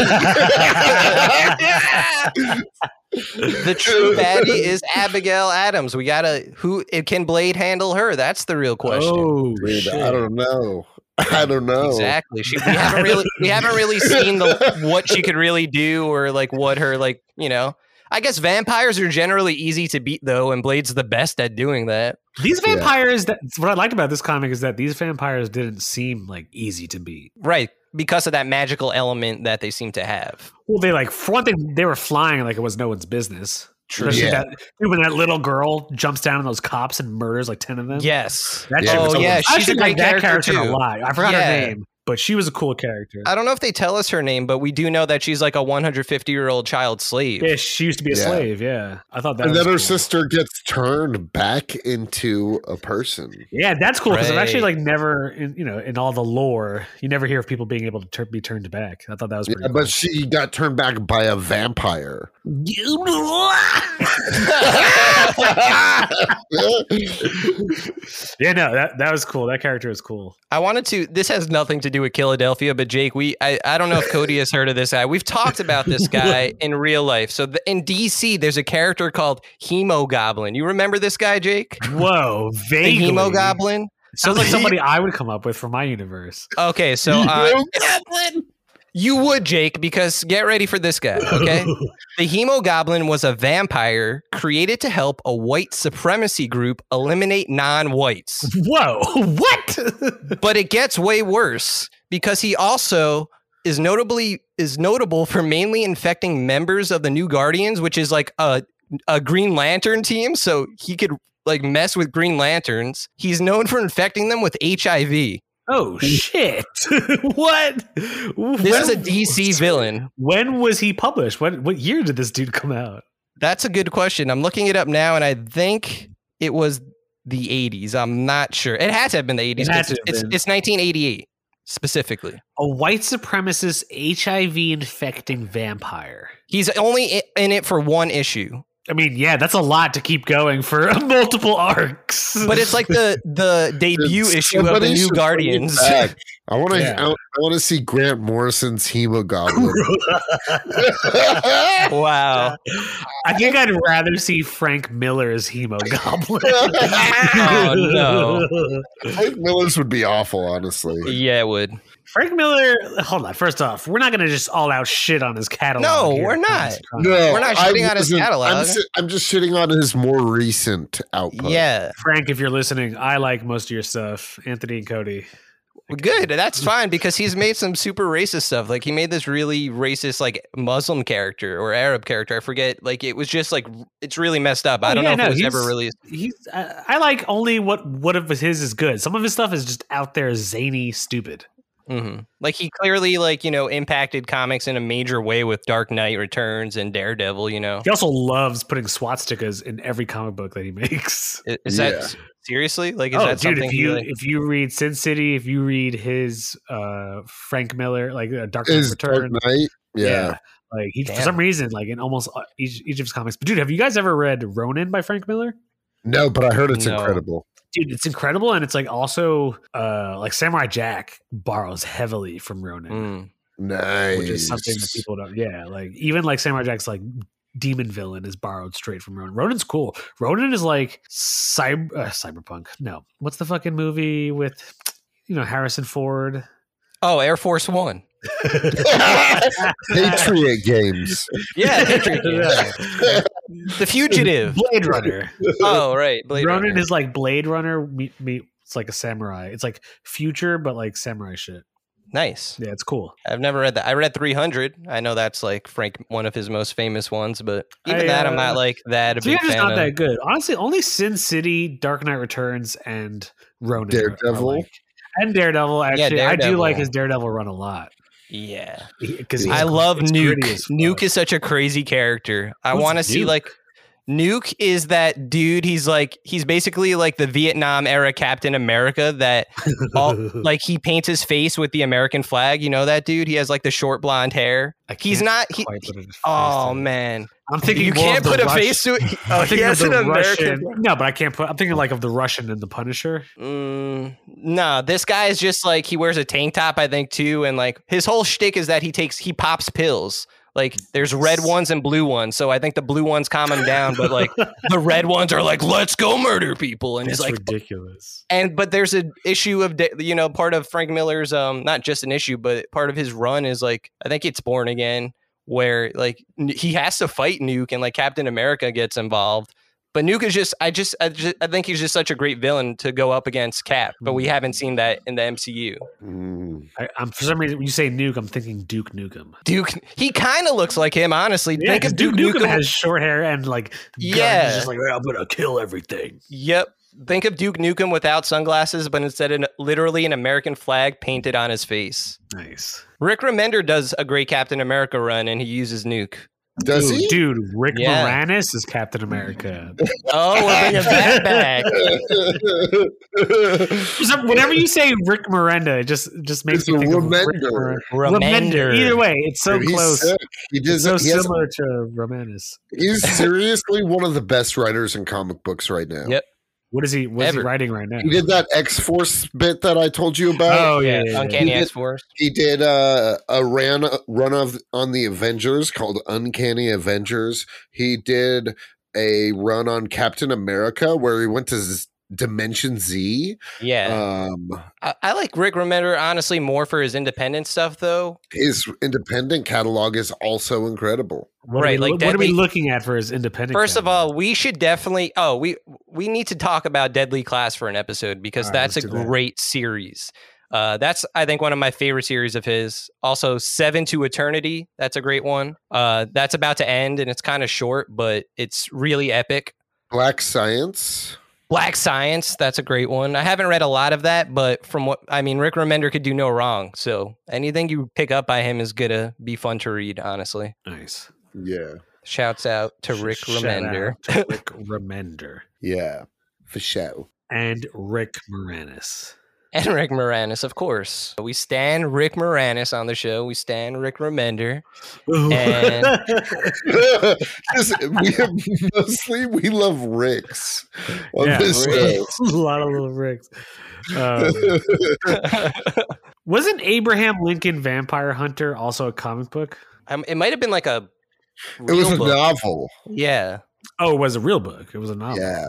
we?
the true baddie is Abigail Adams. We gotta who it can Blade handle her? That's the real question.
Oh,
Dude,
shit.
I don't know. I don't know.
Exactly. She, we haven't really we haven't really seen the what she could really do or like what her like you know. I guess vampires are generally easy to beat though, and Blade's the best at doing that.
These
Yeah.
vampires. That what I liked about this comic is that these vampires didn't seem like easy to beat.
Right. Because of that magical element that they seem to have.
Well, they like for one thing, they were flying like it was no one's business.
True.
Especially
Yeah.
that, when that little girl jumps down on those cops and murders like ten of them.
Yes.
That
Yeah,
shit
it
was
was
oh
cool.
yeah,
almost-
I
she's a
actually
great
like that character
character too.
a lot. I forgot
Yeah.
her name, but she was a cool character.
I don't know if they tell us her name, but we do know that she's like a 150 year old child slave.
Yeah, she used to be a
Yeah.
slave. Yeah, I thought that.
and
was
then her
cool.
sister gets turned back into a person.
Yeah, that's cool because I've actually
Right.
like never, in, you know, in all the lore, you never hear of people being able to tur be turned back. I thought that was
Yeah,
pretty.
but she got turned back by a vampire.
yeah, no, that that was cool. That character was cool.
I wanted to. This has nothing to do with Philadelphia, but Jake, we I, I don't know if Cody has heard of this guy. We've talked about this guy in real life. So the, in DC, there's a character called Hemo Goblin. You remember this guy, Jake?
Whoa,
The
vaguely.
Hemo Goblin.
Sounds like somebody I would come up with for my universe.
Okay, so uh,
Hemo
Goblin. You would, Jake, because get ready for this guy, okay? the Hemo Goblin was a vampire created to help a white supremacy group eliminate non whites.
Whoa. What?
but it gets way worse because he also is notably is notable for mainly infecting members of the New Guardians, which is like a a Green Lantern team, so he could like mess with Green Lanterns. He's known for infecting them with HIV.
oh shit. what? This
This is a DC villain.
When was he published? What what year did this dude come out?
That's a good question. I'm looking it up now, and I think it was the 80s. I'm not sure. It had to have been the 80s.
It had
'cause
to have
it's,
been.
it's 1988 specifically.
A white supremacist HIV infecting vampire.
He's only i- in it for one issue,
I mean, yeah, that's a lot to keep going for multiple arcs.
but it's like the the debut issue of the
Somebody
New
should bring it
Guardians.
back. I want to.
Yeah.
I, want to see Grant Morrison's Hemogoblin.
Ah!
Wow.
I think I'd rather see Frank Miller's Hemogoblin.
Oh, no.
Frank Miller's would be awful, honestly.
Yeah, it would.
Frank Miller, hold on. First off, we're not going to just all out shit on his catalog.
No,
here.
we're not.
No,
We're not
I
shitting on his
wasn't- I'm,
catalog.
si- I'm just shitting on his more recent output.
Yeah,
Frank, if you're listening, I like most of your stuff. Anthony and Cody.
good. That's fine because he's made some super racist stuff. Like he made this really racist, like Muslim character or Arab character. I forget. Like it was just like it's really messed up.
Oh,
I don't
yeah, no,
know if it was
he's-
ever released.
He's I I like only what what of his is good. Some of his stuff is just out there zany, stupid.
hmm Like he clearly, like you know, impacted comics in a major way with Dark Knight Returns and Daredevil. You know,
He also loves putting swastikas in every comic book that he makes.
I- is that
Yeah.
s- seriously like is
oh,
that
dude!
something
If
he,
you
like-
if you read Sin City, if you read his uh Frank Miller, like uh, Dark Knight
Is
Return,
Dark Knight? Yeah.
like he for
Damn.
some reason, like in almost uh, each each of his comics. But dude, have you guys ever read Ronin by Frank Miller?
No, but I heard it's
No.
incredible.
Dude, it's incredible, and it's like also uh like Samurai Jack borrows heavily from Ronin.
Mm.
Nice.
which is something that people don't. Yeah, like even like Samurai Jack's like demon villain is borrowed straight from Ronin. Ronin's cool. Ronin is like cyber uh, cyberpunk. No, what's the fucking movie with you know Harrison Ford?
Oh, Air Force One.
Patriot games.
Yeah, Patriot Games.
Yeah.
the Fugitive.
Blade Runner.
Oh, right, Blade
Ronin
Runner.
is like Blade Runner. Meet, meet, it's like a samurai. It's like future, but like samurai shit.
nice.
Yeah, it's cool.
I've never read that. I read 300. I know that's like Frank, one of his most famous ones, but even
I,
that, I'm
uh,
not like that. A
So you're
big
just
fan
not
of.
that good. Honestly, only Sin City, Dark Knight Returns, and Ronin. are- are
Daredevil.
like- and Daredevil, actually. I do
Daredevil.
like his Daredevil run a lot.
Yeah,
Because
Yeah.
I love Nuke. Nuke
Nuke
is such a crazy character. I
Who's
want to see
Nuke?
like Nuke is that dude. He's like he's basically like the Vietnam era Captain America that all, like he paints his face with the American flag. You know that dude. He has like the short blonde hair. He's not. He, oh man,
I'm thinking
you
more of
can't
the
put a
Rush-
face to it.
I'm
Oh, he
thinking of
has an
the
American.
Russian. No, but I can't put. I'm thinking like of the Russian and the Punisher.
Mm, nah, this guy is just like he wears a tank top, I think, too, and like his whole shtick is that he takes he pops pills. Like there's red ones and blue ones, so I think the blue ones calm him down, but like the red ones are like, let's go murder people, and
That's
he's like,
ridiculous.
and but there's an issue of da- you know part of Frank Miller's um not just an issue, but part of his run is like I think it's Born Again where like n- he has to fight Nuke and like Captain America gets involved. But Nuke is just I just I just I think he's just such a great villain to go up against Cap, but
Mm.
we haven't seen that in the MCU.
Mm.
I, I'm for some reason when you say Nuke, I'm thinking Duke Nukem.
Duke he kind of looks like him honestly.
Yeah,
think
'cause
of Duke,
Duke Nukem
Nukem.
has short hair and like guns. He's
Yeah.
just like I'm gonna kill everything.
yep. Think of Duke Nukem without sunglasses, but instead an, literally an American flag painted on his face.
Nice.
Rick Remender does a great Captain America run, and he uses Nuke.
Does
Ooh,
he?
Dude, Rick
Yeah.
Moranis is Captain America.
Oh, we're bringing that back.
For some- Whenever you say Rick Miranda, it just just makes
It's
me
a
think of Rick
Remender.
Mor-
Remender.
Either way, it's so
Dude, he's
close.
sick. He
It's
does.
so
he has-
similar to Romanus.
he's seriously one of the best writers in comic books right now.
Yep.
What is he? What is he
Ever.
writing right now?
He did that X Force bit that I told you about.
oh yeah, yeah, yeah.
Uncanny
He did-
X Force.
He did uh, a ran run of on the Avengers called Uncanny Avengers. He did a run on Captain America where he went to Z- Dimension Z.
Yeah,
Um,
I, I like Rick Remender honestly more for his independent stuff though.
his independent catalog is also incredible.
What
Right,
Are we,
like
what
that
are we
they-
looking at for his independent?
First of
catalog?
all, we should definitely. Oh, we we need to talk about Deadly Class for an episode because
All right,
that's a
let's do that.
great series. Uh, that's I think one of my favorite series of his. Also, Seven to Eternity. That's a great one. Uh, that's about to end and it's kind of short, but it's really epic.
Black Science.
Black Science. That's a great one. I haven't read a lot of that, but from what I mean, Rick Remender could do no wrong. So anything you pick up by him is gonna be fun to read. Honestly,
nice
Yeah.
shouts out to
Sh-
Rick
shout
Remender.
out to Rick Remender
Yeah. For show.
and Rick Moranis.
And Rick Moranis, of course. We stand Rick Moranis on the show. We stand Rick Remender. And-
Just- we have, mostly we love Ricks on
Yeah,
this show.
a lot of little Ricks. Um, wasn't Abraham Lincoln Vampire Hunter also a comic book?
um, it might have been like a.
it was
real
a
book.
novel.
Yeah,
Oh, it was a real book. It was a novel.
Yeah.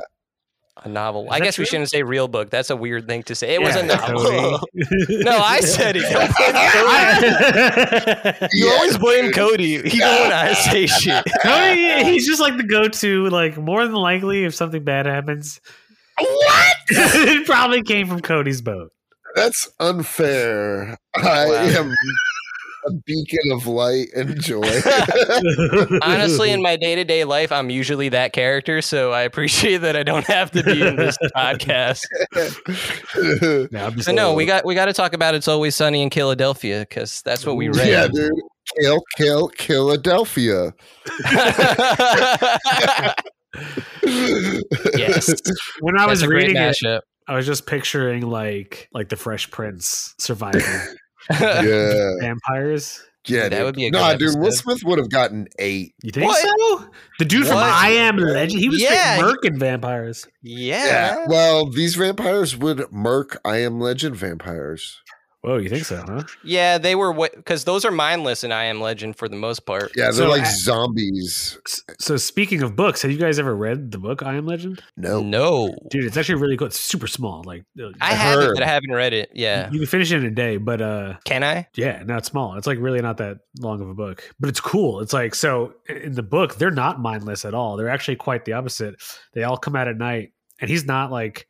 a novel.
Is
I
that
guess we
true?
shouldn't say real book. That's a weird thing to say. It was a
Yeah,
novel.
Cody.
no, I said it.
I-
you
Yeah,
always blame
dude.
Cody. You know when I say shit.
Cody, he's just like the go-to. Like more than likely, if something bad happens,
What?
it probably came from Cody's boat.
That's unfair. I am a beacon of light and joy.
Honestly, in my day to day life, I'm usually that character. So I appreciate that I don't have to be in this podcast.
no, I'm just
So no, we got we got to talk about it's always sunny in Philadelphia because that's what we read.
yeah, dude. Kill, kill, Philadelphia.
yes,
when I
that's
was
a great
reading it,
mashup.
I was just picturing like like the Fresh Prince surviving
yeah.
vampires.
Yeah,
That
dude.
would be a
nah,
good
dude. Will
episode.
Smith would have gotten eight.
You think
What?
so? The dude from
What?
I Am Legend, he was
Yeah.
straight murking vampires.
yeah.
Well, these vampires would murk I Am Legend vampires.
Whoa, you think so, huh?
yeah, they were because those are mindless and I Am Legend for the most part.
Yeah, they're
So
like
I-
zombies.
S- So speaking of books, have you guys ever read the book I Am Legend?
No.
No,
Dude, it's actually really cool. It's super small. Like uh,
I
you-
have it,
heard.
but I haven't read it. Yeah,
you can finish it in a day, but uh
can I?
yeah, no, it's small. It's like really not that long of a book, but it's cool. It's like so i- in the book, they're not mindless at all. They're actually quite the opposite. They all come out at night, and he's not like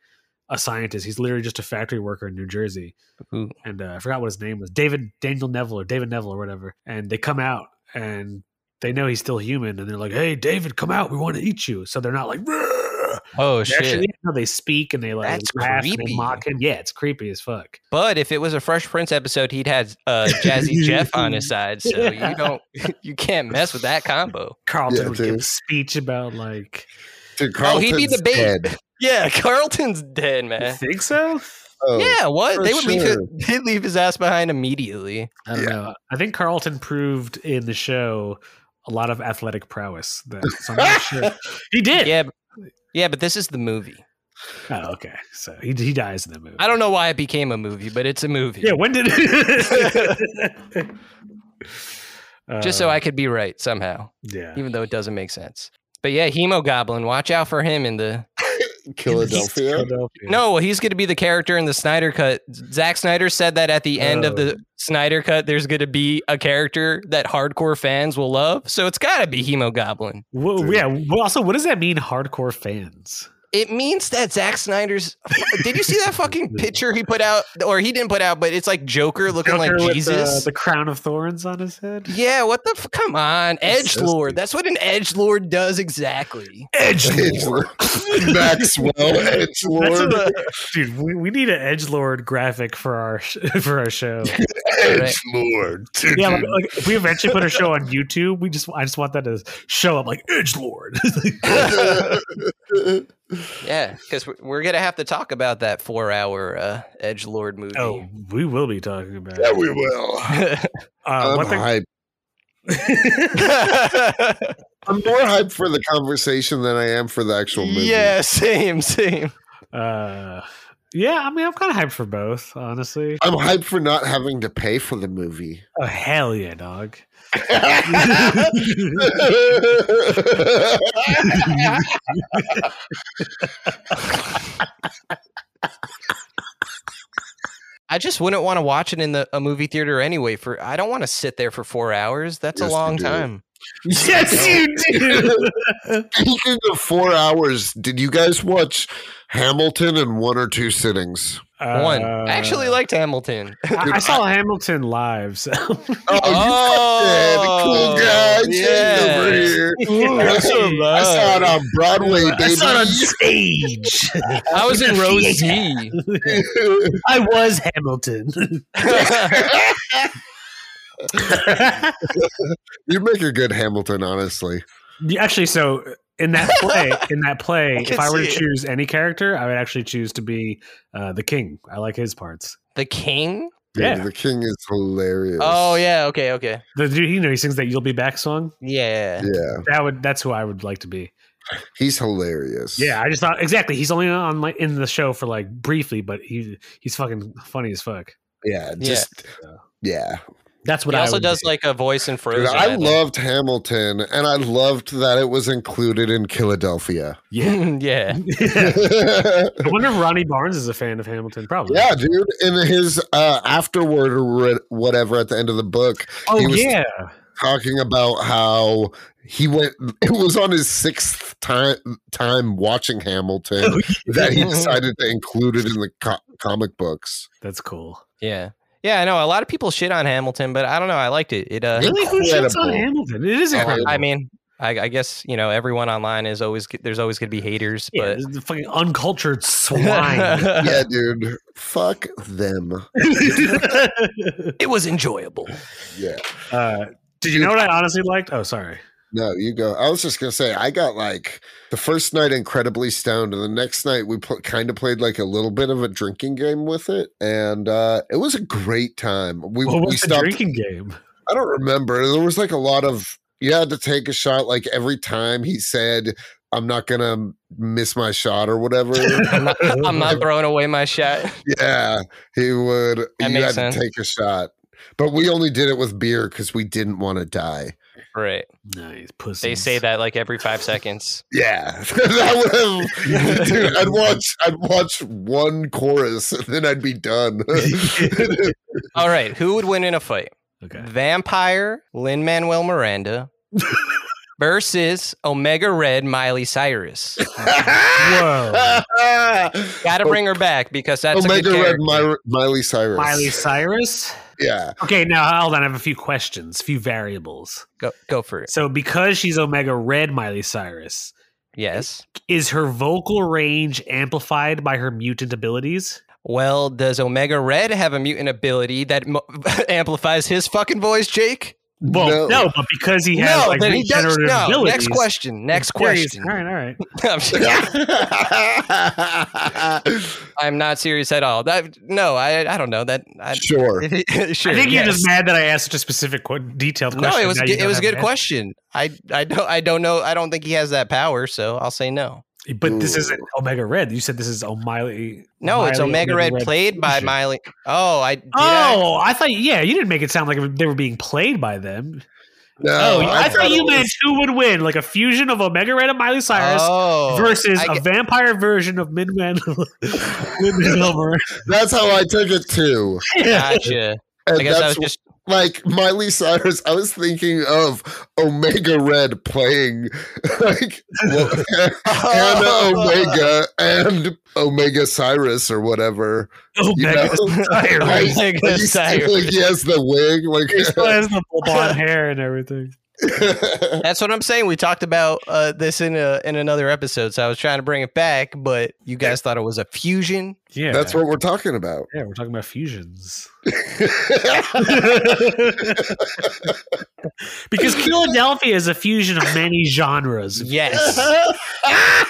a scientist. He's literally just a factory worker in New Jersey.
Ooh.
And uh, I forgot what his name was David Daniel Neville or David Neville or whatever. And they come out and they know he's still human, and they're like, "Hey, David, come out. We want to eat you." So they're not like. "Rah!"
Oh
They
shit!
Actually, no, they speak and they like
That's
laugh and they
creepy.
mock him. Yeah, it's creepy as fuck.
but if it was a Fresh Prince episode, he'd had uh, Jazzy Jeff on his side, so you don't, you can't mess with that combo.
Carlton
Yeah,
would give a
dude.
speech about like
Dude,
Oh, he'd be
Carlton's
the bait.
dead.
Yeah, Carlton's dead,
You
man.
think so?
Oh,
Yeah, what?
for
They would leave
sure.
his, they'd leave his ass behind immediately.
I don't
Yeah.
know. I think Carlton proved in the show a lot of athletic prowess. That so I'm not sure. He did.
Yeah. b- Yeah, but this is the movie.
Oh, okay. So he he dies in the movie.
I don't know why it became a movie, but it's a movie.
Yeah. When did?
Just so I could be right somehow,
Uh, Yeah.
even though it doesn't make sense. But yeah, Hemo Goblin, watch out for him in the
Philadelphia.
No, well, he's going to be the character in the Snyder cut. Zack Snyder said that at the end of
Oh.
the Snyder cut there's going to be a character that hardcore fans will love. So it's got to be Hemo Goblin.
Well, yeah. Well, also, what does that mean? Hardcore fans.
It means that Zack Snyder's. Did you see that fucking picture he put out, or he didn't put out, but it's like Joker looking
Joker
like
with uh,
Jesus?
The, the crown of thorns on his head.
yeah, what the? F- come on,
That's
Edge
so
Lord.
stupid.
That's what an Edge Lord does exactly.
Edge
Edgelord. Maxwell Edgelord.
That's a- dude, we, we need an edge lord graphic for our sh- for our show.
Edgelord.
Yeah, like, like, if we eventually put a show on YouTube, we just I just want that to show up like Edge Lord.
Yeah, because we're gonna have to talk about that four-hour uh, Edge Lord movie.
oh, we will be talking about.
yeah,
it.
we will.
Uh,
I'm
one thing-
hyped. I'm more hyped for the conversation than I am for the actual movie.
yeah, same, same.
uh, Yeah, I mean, I'm kind of hyped for both, honestly.
I'm hyped for not having to pay for the movie.
Oh hell yeah, dog!
I just wouldn't want to watch it in the, a movie theater anyway. For I don't want to sit there for four hours. That's
Yes,
a
you
long
do.
time.
yes, you do.
Speaking of four hours, did you guys watch Hamilton in one or two sittings?
One.
Uh,
I actually liked Hamilton.
I, I saw Hamilton live. So.
Oh,
Oh,
you fucking cool guy Jay
yes.
over here. I
I
saw, I saw it on Broadway, baby.
saw it on stage.
I was in row
Yeah.
Z.
I was Hamilton.
you make a good Hamilton, honestly.
Yeah, Actually, so in that play, in that play,
I
if
can
I were to
see it.
choose any character, I would actually choose to be uh, the king. I like his parts.
the King.
Dude,
Yeah.
the king is hilarious.
Oh yeah. Okay. Okay.
The dude, you know, he sings that "You'll Be Back" song.
Yeah.
Yeah,
That would that's who I would like to be.
he's hilarious.
Yeah, I just thought exactly. He's only on like in the show for like briefly, but he he's fucking funny as fuck.
yeah,
Yeah.
just yeah.
That's what
he
I
also
would
does
be.
like a voice in Frozen.
Dude, I
think.
loved Hamilton, and I loved that it was included in Philadelphia.
Yeah.
yeah.
I wonder if Ronnie Barnes is a fan of Hamilton. Probably.
Yeah, dude. In his uh, afterward or wha- whatever at the end of the book,
Oh
he was-
yeah.
talking about how he went. It was on his sixth time time watching
Oh,
Hamilton that he decided to include it in the co- comic books.
That's cool.
Yeah. Yeah. I know. A lot of people shit on Hamilton, but I don't know. I liked it. It. Uh,
Really, who shits on
Incredible.
Hamilton? It is
Oh, I-
incredible.
I mean, I, I guess you know everyone online is always there's always gonna be haters,
Yeah,
but
this is the fucking uncultured swine.
Yeah, dude. Fuck them.
it was enjoyable.
Yeah.
Uh, did you know what I honestly liked? Oh, sorry.
No, you go. I was just gonna say, I got like the first night incredibly stoned, and the next night we pl- kind of played like a little bit of a drinking game with it, and uh, it was a great time. We
What
we
was the
stopped
drinking game?
I don't remember. There was like a lot of you had to take a shot like every time he said, I'm not gonna miss my shot or whatever.
I'm not, I'm not throwing away my shot.
yeah. He would
That
you
makes
had
sense.
to take a shot. But we only did it with beer because we didn't want to die.
Right.
Nice pussy.
They say that like every five seconds.
Yeah. that would have dude, I'd watch I'd watch one chorus and then I'd be done.
All right. Who would win in a fight?
Okay.
Vampire Lin Manuel Miranda versus Omega Red Miley Cyrus.
Whoa.
Gotta bring her back because that's
Omega
a good
Red
character.
Mi- Miley Cyrus.
Miley Cyrus.
Yeah.
Okay, now hold on. I have a few questions, a few variables.
Go, go for it.
So, because she's Omega Red, Miley Cyrus
Yes.
is her vocal range amplified by her mutant abilities?
Well, does Omega Red have a mutant ability that mo- amplifies his fucking voice, Jake?
Well,
No.
no, but because he has
no,
like
then he does.
regenerative
No.
abilities.
Next question. Next
Yeah, he's-
question.
All right, all right.
I'm just- I'm not serious at all. That no, I I don't know that. I,
sure.
sure,
I think you're
yes.
just mad that I asked such a specific, qu- detailed question.
No, it was
Now
a
you
good- it
don't
was a
have
good
an answer.
question. I I don't I don't know. I don't think he has that power, so I'll say no.
But this
Ooh.
isn't Omega Red. You said this is O'Miley.
No, it's
O'Miley,
Omega Red, played by
Fusion.
Miley. Oh, I did I-
Oh, I thought yeah, you didn't make it sound like they were being played by them.
No,
oh, I, thought,
it
you meant
was-
who would win, like a fusion of Omega Red and Miley Cyrus
Oh,
versus
I
a
get-
vampire version of Midman. Midman
That's how I took it too.
gotcha.
And
I guess I was
that's
just
like Miley Cyrus. I was thinking of Omega Red playing like well, Anna
Oh
Omega and Omega Cyrus or whatever. You
Omega
know?
Cyrus.
Omega
He's-
Cyrus.
like, he has the wig.
He still
Like,
has the blonde hair and everything.
That's what I'm saying. We talked about uh, this in a, in another episode, so I was trying to bring it back, but you guys thought it was a fusion.
Yeah,
that's what we're talking about.
Yeah, we're talking about fusions. because Philadelphia is a fusion of many genres.
Yes,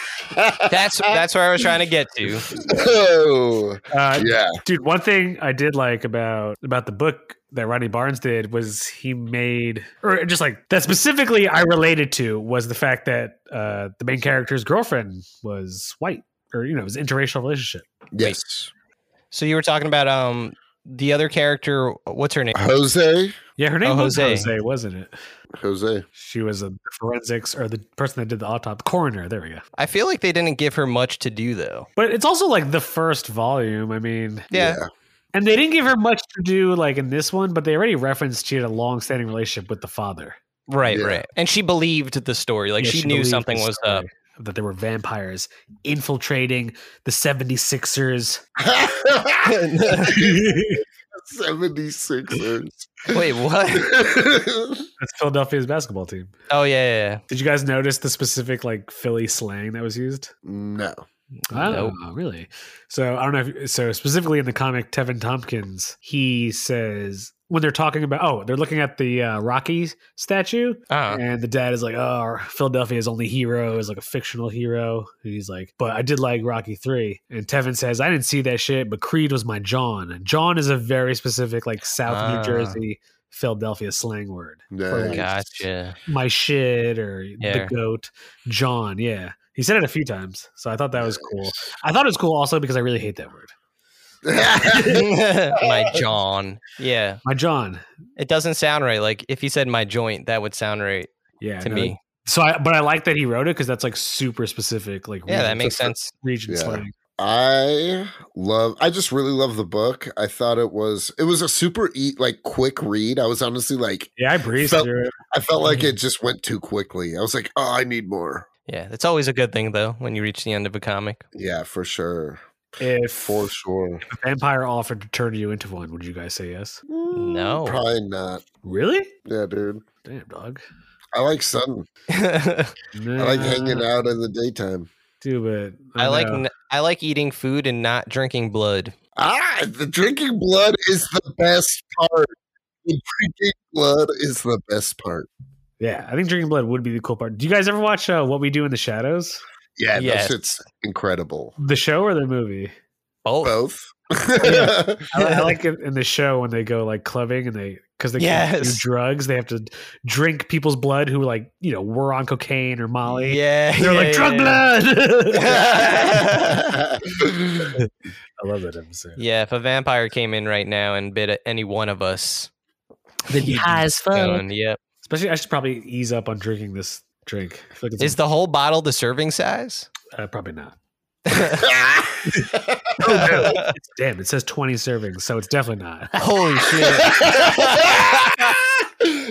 that's that's where I was trying to get to.
oh,
Uh,
yeah.
dude one thing i did like about about the book that ronnie barnes did was he made or just like that specifically i related to was the fact that uh the main character's girlfriend was white or you know it was an interracial relationship
Yes.
So you were talking about um the other character. What's her name?
Uh-huh. Jose,
Yeah, her name
Oh,
was
Jose.
Jose. wasn't it?
Jose.
She was a forensics or the person that did the autopsy, coroner. There we go.
I feel like they didn't give her much to do though.
But it's also like the first volume. I mean,
Yeah.
and they didn't give her much to do like in this one, but they already referenced she had a long-standing relationship with the father.
Right,
Yeah.
right. And she believed the story. Like
Yeah,
she, knew
believed
something
the
was
story
up.
That there were vampires infiltrating the 76ers. That's
76ers.
Wait, what?
Philadelphia's basketball team.
Oh yeah,
Did you guys notice the specific like Philly slang that was used?
no.
Oh,
Nope.
really? So I don't know. If, so specifically in the comic, Tevin Tompkins, he says when they're talking about, oh, they're looking at the uh, Rocky statue,
yeah. yeah. Uh,
and the dad is like, oh, Philadelphia's only hero is like a fictional hero. And he's like, but I did like Rocky three. And Tevin says, I didn't see that shit, but Creed was my John. And John is a very specific like South
Ah.
New Jersey Philadelphia slang word.
No.
Nice.
gotcha.
My shit or
Yeah.
the goat, John. Yeah. He said it a few times, so I thought that was cool. I thought it was cool also because I really hate that word.
my John. Yeah.
My John.
It doesn't sound right. Like if he said my joint, that would sound right
Yeah.
to
no,
me.
So I but I like that he wrote it because that's like super specific, like
Yeah, that
region-
makes sense.
region
Yeah.
slang.
I love I just really love the book. I thought it was it was a super eat like quick read. I was honestly like
Yeah, I breezed
Felt-
through it.
I felt like it just went too quickly. I was like, "Oh, I need more."
Yeah, it's always a good thing though when you reach the end of a comic.
Yeah, for sure.
If
For sure.
a vampire offered to turn you into one, would you guys say yes?
Mm.
No.
Probably not.
Really?
Yeah, dude.
Damn, dog.
I like sun.
I
I like hanging out in the daytime.
Too, but
like
know.
n- I like eating food and not drinking blood.
Ah, the drinking blood is the best part. The drinking blood is the best part.
yeah. I think drinking blood would be the cool part. Do you guys ever watch uh, What We Do in the Shadows?
Yeah,
Yes.
that shit's incredible.
The show or the movie?
Oh,
Both.
Yeah. I, I like it in the show when they go like clubbing and they because they can't do
Yes.
drugs, they have to drink people's blood who like you know were on cocaine or Molly.
yeah.
They're
yeah,
like drug
yeah,
blood.
yeah,
I love that episode.
Yeah, if a vampire came in right now and bit at any one of us,
Then
he'd be
as
gone. Yep.
Especially, I should probably ease up on drinking this drink. I feel like it's-
Is the whole bottle the serving size?
uh, probably not.
Holy
It's- damn, it says 20 servings, so it's definitely not.
shit.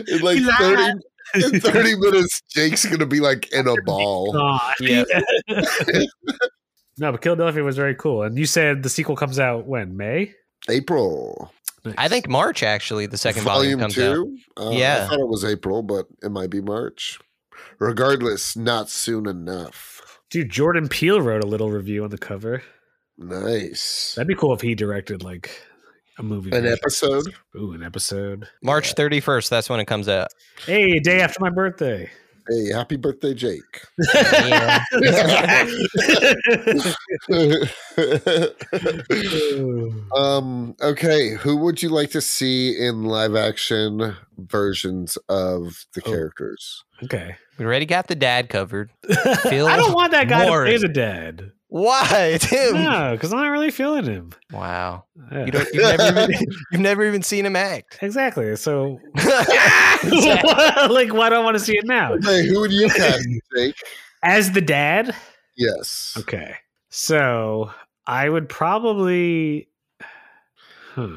in like 30, in 30 minutes, Jake's going to be like in a ball.
Aw.
Yeah.
no, but Philadelphia was very cool. And you said the sequel comes out when? May?
April.
I think March actually the second volume, comes out.
Uh,
Yeah.
I thought it was April, but it might be March. Regardless, not soon enough.
Dude, Jordan Peele wrote a little review on the cover.
Nice.
That'd be cool if he directed like a movie.
An episode.
Ooh, an episode.
March 31st, that's when it comes out.
Hey, day after my birthday.
Hey, happy birthday, Jake.
Yeah.
um okay who would you like to see in live action versions of the
Oh.
characters
okay.
We already got the dad covered. Phil
I don't want that guy
Warren.
to play the dad.
Why, Tim?
No, because I'm not really feeling him.
Wow.
Yeah.
You don't, you've, never even, you've never even seen him act.
Exactly. So,
Exactly.
like, why do I want to see it now?
okay who would you cast jake
As the dad?
yes
Okay. So I would probably. Huh.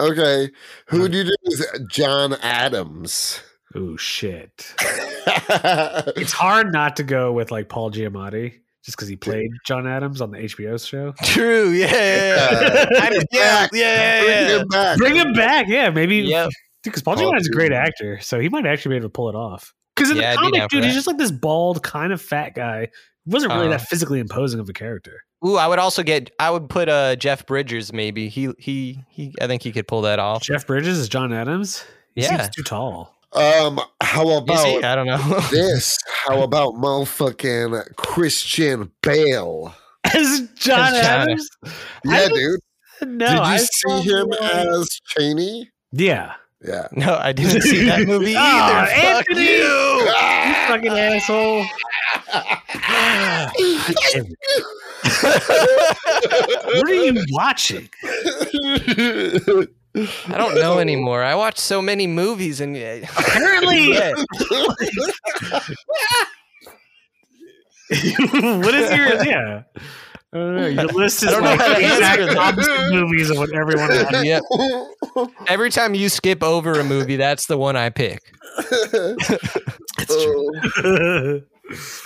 okay who would you do is john adams
Oh, shit. It's hard not to go with like Paul Giamatti just because he played John Adams on the HBO show.
True. Yeah. Yeah.
Bring
Yeah. I- yeah,
back.
yeah, yeah,
Bring him
yeah.
back.
him back. Yeah, maybe.
Yep.
Because Paul
Paul
Giamatti's a great
Giamatti.
actor. So he might actually be able to pull it off. Because in
Yeah,
the
I'd be
comic,
down for
dude, he's
that.
just like this bald, kind of fat guy. He wasn't really
Uh-huh.
that physically imposing of a character.
Ooh, I would also get. I would put uh Jeff Bridges. Maybe he he he. I think he could pull that off.
Jeff Bridges is John Adams. He
Yeah.
seems too tall.
um how
Is he? uh,
about
I don't know.
this how about motherfucking christian bale
As John
As John-
Adams?
yeah
don't-
dude
No,
did you
I saw
see him
the-
as cheney
Yeah.
yeah
no, I didn't see that movie
Aw,
either. Fuck
Ah, Anthony!
you.
Oh, You fucking asshole. What are you watching?
I don't know anymore. I watch so many movies and yeah.
Apparently, what is your yeah? I don't know. Your list is
I don't know
like
how to answer
exact
that.
opposite movies of what everyone wants.
Yep. Every time you skip over a movie, that's the one I pick.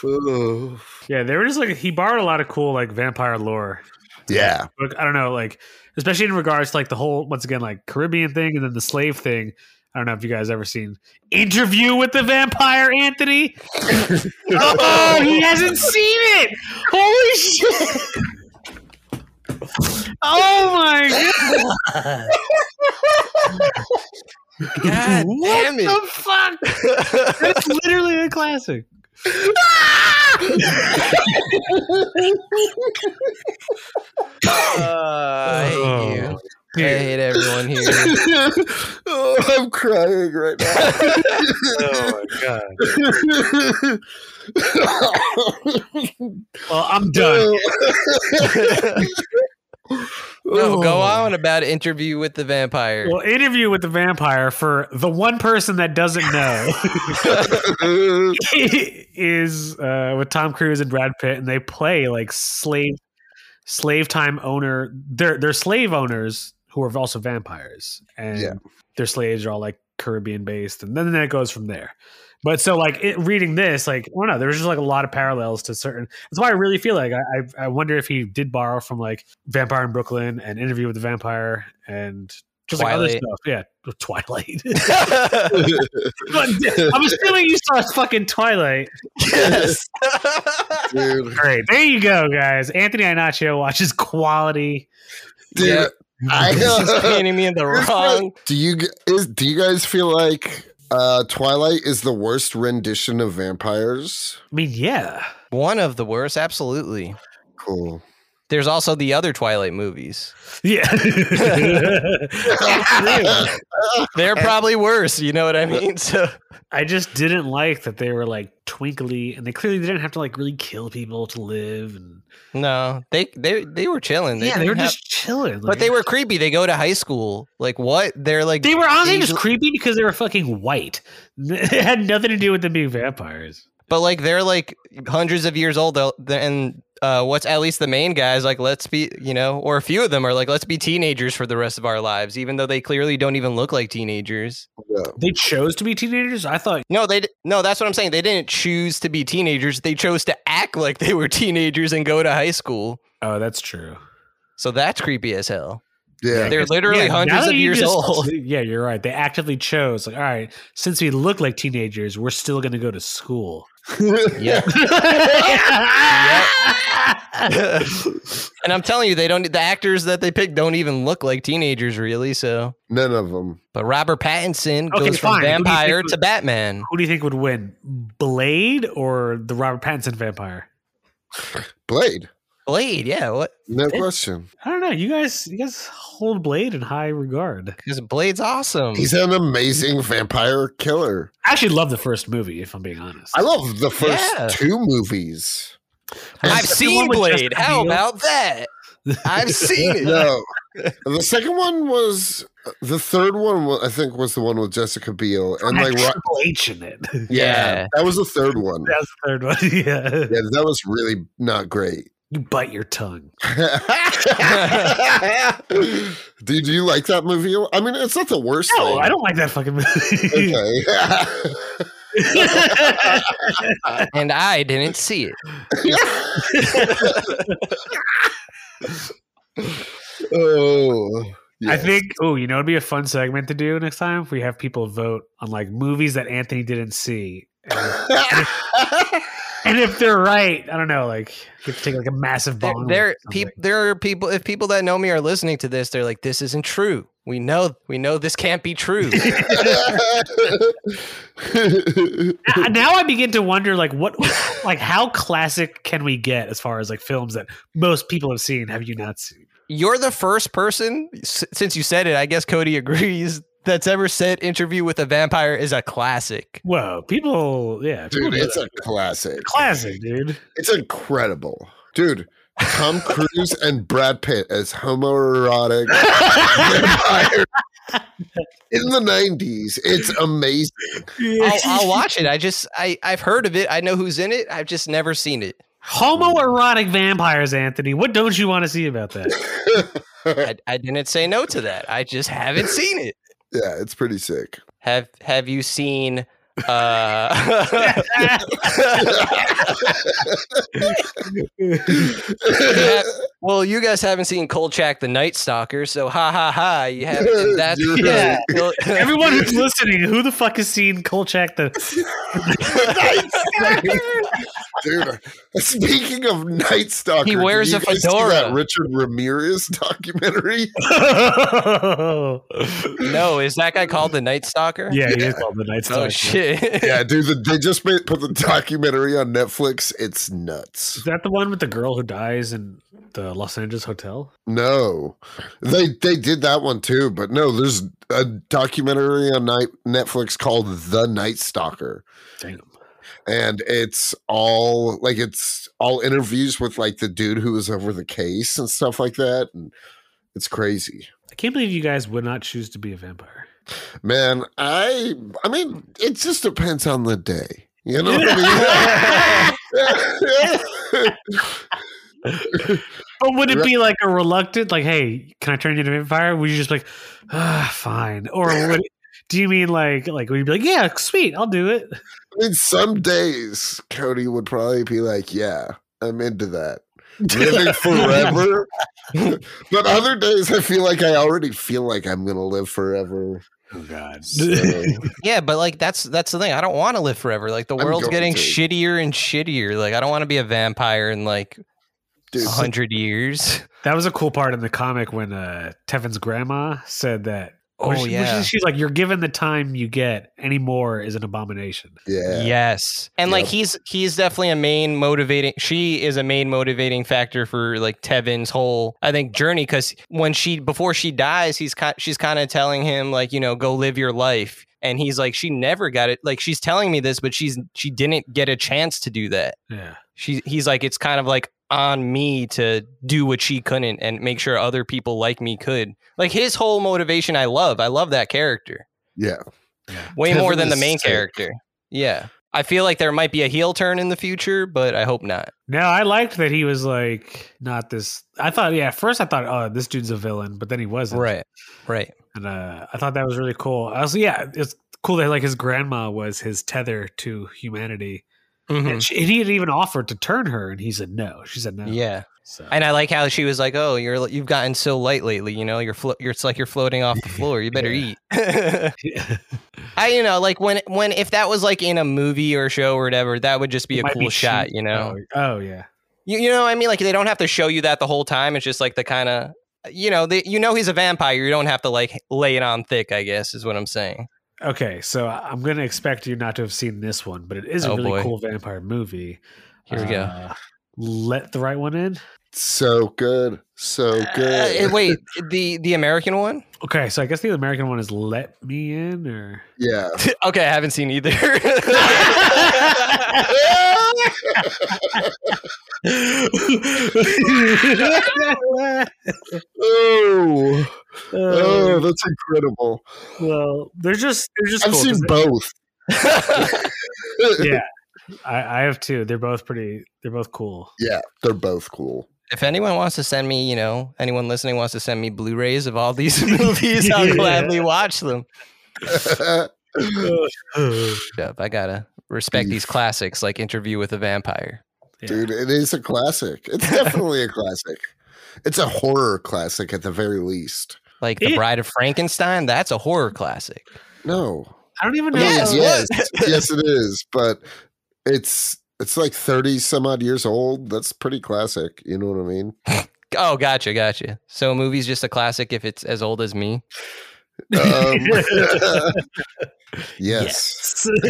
Oh.
yeah, they were just like he borrowed a lot of cool like vampire lore.
Yeah.
Like, I don't know, like especially in regards to like the whole once again like Caribbean thing and then the slave thing. I don't know if you guys ever seen Interview with the Vampire Anthony. oh, he hasn't seen it. Holy shit. Oh my god.
God damn it.
the fuck? That's literally a classic.
Uh, I hate you. I
Dude,
hate everyone here.
oh, I'm crying right now.
oh my god. Well, I'm
Uh,
done.
No, go on about interview with the vampire.
Well, interview with the vampire for the one person that doesn't know is uh, with Tom Cruise and Brad Pitt, and they play like slave slave time owner. They're they're slave owners who are also vampires, and
Yeah.
their slaves are all like Caribbean based, and then, then it goes from there. But so like it, reading this, like I don't know, there's just like a lot of parallels to certain. That's why I really feel like I, I I wonder if he did borrow from like Vampire in Brooklyn and Interview with the Vampire and. Just like
Twilight.
other stuff, yeah. Twilight. But I'm assuming you saw fucking Twilight.
yes.
Dude,
Great. There you go, guys. Anthony Inaccio watches quality.
dude,
Yeah.
I
This is
know.
painting me in the wrong.
Do you g- is do you guys feel like uh, Twilight is the worst rendition of vampires?
I mean, yeah.
One of the worst, absolutely.
Cool.
There's also the other Twilight movies.
Yeah.
They're probably worse. You know what I mean? So
I just didn't like that they were like twinkly and they clearly didn't have to like really kill people to live and
no, they they they were chilling.
Yeah, they were
didn't have-
just chilling.
but they were creepy. They go to high school. Like what? They're like
they were honestly just
Asian-
creepy because they were fucking white. It had nothing to do with them being vampires.
but like they're like hundreds of years old though, th- and uh, what's at least the main guys like let's be you know or a few of them are like let's be teenagers for the rest of our lives even though they clearly don't even look like teenagers
Yeah.
They chose to be teenagers? I thought
no they d- no that's what i'm saying they didn't choose to be teenagers they chose to act like they were teenagers and go to high school
Oh, that's true.
so that's creepy as hell
Yeah.
they're literally
Yeah, now
hundreds
that
of
you
years
just-
old
Yeah, you're right. They actively chose, like, all right, since we look like teenagers, we're still going to go to school.
yeah
yeah.
and i'm telling you they don't the actors that they pick don't even look like teenagers really so
None of them.
but robert pattinson
Okay,
goes from
fine. Who do you think
vampire
was-
to batman
Who do you think would win, Blade or the Robert Pattinson vampire?
Blade.
Blade, yeah. What?
No question.
I don't know. You guys, you guys hold Blade in high regard.
Because Blade's awesome.
He's an amazing vampire killer.
I actually love the first movie, if I'm being honest.
I love the first
Yeah.
two movies.
I've
Except the one
seen
with
Blade.
Jessica
How
Biel.
about that? I've seen it.
No. the second one was the third one. wa- I think was the one with Jessica Biel and
Had
like Ro-
Triple H in it. That
yeah,
Yeah.
that was the third one.
was the third one. Yeah.
Yeah, that was really not great.
You bite your tongue.
Did you like that movie? I mean, it's not the worst.
No,
thing.
Oh, I don't like that fucking movie.
Okay.
And I didn't see it.
oh,
I
yes.
think. Oh, you know, it'd be a fun segment to do next time if we have people vote on like movies that Anthony didn't see, and, and if they're right, I don't know, like you have to take like a massive
There,
bond.
there, peop- there are people. If people that know me are listening to this, they're like, "This isn't true. We know. We know this can't be true."
now, now I begin to wonder, like what, like how classic can we get as far as like films that most people have seen? Have you not seen?
You're the first person s- since you said it. I guess Cody agrees. That's ever said. Interview with a vampire is a classic.
Whoa, people, yeah, people
dude,
do
it's
that.
a classic.
classic, dude.
It's incredible, dude. Tom Cruise and Brad Pitt as homoerotic vampires in the 90s. It's amazing.
I'll, I'll watch it. I just I I've heard of it. I know who's in it. I've just never seen it.
Homoerotic vampires, Anthony. What don't you want to see about that?
I, I didn't say no to that. I just haven't seen it.
Yeah, it's pretty sick.
Have Have you seen? Uh, Yeah. well, you guys haven't seen Kolchak the Night Stalker, so ha ha ha. You have that's
You're
right.
Well,
Everyone who's listening, who the fuck has seen Kolchak the
Dude, speaking of Night Stalker,
He
did
wears
you
a
guys see
fedora.
That Richard Ramirez documentary.
no, is that guy called the Night Stalker?
Yeah, he is called the Night
Oh
Stalker.
shit.
yeah, dude, the, they just made, put the documentary on Netflix. It's nuts.
Is that the one with the girl who dies in the Los Angeles hotel?
No, they they did that one too, but no, there's a documentary on night Netflix called The Night Stalker,
Damn.
and it's all like it's all interviews with like the dude who was over the case and stuff like that, and it's crazy,
I can't believe you guys would not choose to be a vampire.
man. I I mean, it just depends on the day, you know. What I mean?
But would it be like a reluctant, like, hey, can I turn you into a vampire? Would you just be like, ah, fine? Or would do you mean like, like, would you be like, yeah, sweet, I'll do it?
I mean, some days Cody would probably be like, "Yeah, I'm into that." living forever. but other days, I feel like I already feel like I'm gonna live forever.
Oh God.
So,
Yeah, but like that's that's the thing. I don't want to live forever. Like the
I'm
world's
going
getting
to.
shittier and shittier. Like I don't want to be a vampire in like
dude,
a hundred years.
That was a cool part in the comic when uh, Tevin's grandma said that.
Oh
When she- when
yeah.
she- she's like, "You're given the time you get. Any more is an abomination."
yeah,
Yes. And like
Yep.
he's he's definitely a main motivating she is a main motivating factor for like Tevin's whole I think journey cuz when she before she dies he's ki- she's kind of telling him like you know go live your life and he's like she never got it like she's telling me this but she's she didn't get a chance to do that.
Yeah,
She he's like it's kind of like on me to do what she couldn't and make sure other people like me could. Like his whole motivation I love. I love that character
yeah.
way
Kevin
more than the
is
main
sick.
character. Yeah. I feel like there might be a heel turn in the future, but I hope not.
No, I liked that he was like not this. I thought, yeah, at first I thought, oh, this dude's a villain, but then he wasn't.
Right.
and uh, I thought that was really cool. I was, yeah, it's cool that like his grandma was his tether to humanity,
Mhm.
and, she, and he had even offered to turn her, and he said no. She said no.
Yeah.
So.
And I like how she was like, "Oh, you're you've gotten so light lately, you know. You're, flo- you're it's like you're floating off the floor. You better
Yeah.
eat." I you know, like when when if that was like in a movie or show or whatever, that would just be
It
a
might
cool shot,
cheap.
you know.
Oh, oh, yeah.
You, you know what I mean? Like they don't have to show you that the whole time. It's just like the kind of you know, they, you know he's a vampire. You don't have to like lay it on thick, I guess is what I'm saying.
Okay, so I- I'm going to expect you not to have seen this one, but it is a
Oh,
really
boy.
cool vampire movie.
Here we go.
Uh, Let the right one in.
So good, so
Uh,
good.
wait, the the American one?
Okay, so I guess the American one is "Let Me In" or
yeah.
okay, I haven't seen either.
Oh, oh,
Uh,
that's incredible.
well, they're just they're just.
I've
cool,
seen
'cause
both.
Yeah. I, I have two. They're both pretty. They're both cool.
Yeah, they're both cool.
if anyone wants to send me, you know, anyone listening wants to send me Blu-rays of all these movies, I'll
Yeah.
gladly watch them.
Dude,
Yep, I gotta respect these classics like Interview with a Vampire.
Yeah.
it is a classic. It's definitely a classic. It's a horror classic at the very least.
Like The
Yeah.
Bride of Frankenstein, that's a horror classic.
No,
I don't even
I
know.
mean,
Yes,
yes, yes, it is. But it's it's like thirty some odd years old. That's pretty classic. You know what I mean?
Oh, gotcha, gotcha. So a movie's just a classic if it's as old as me.
Um,
Yes.
yes.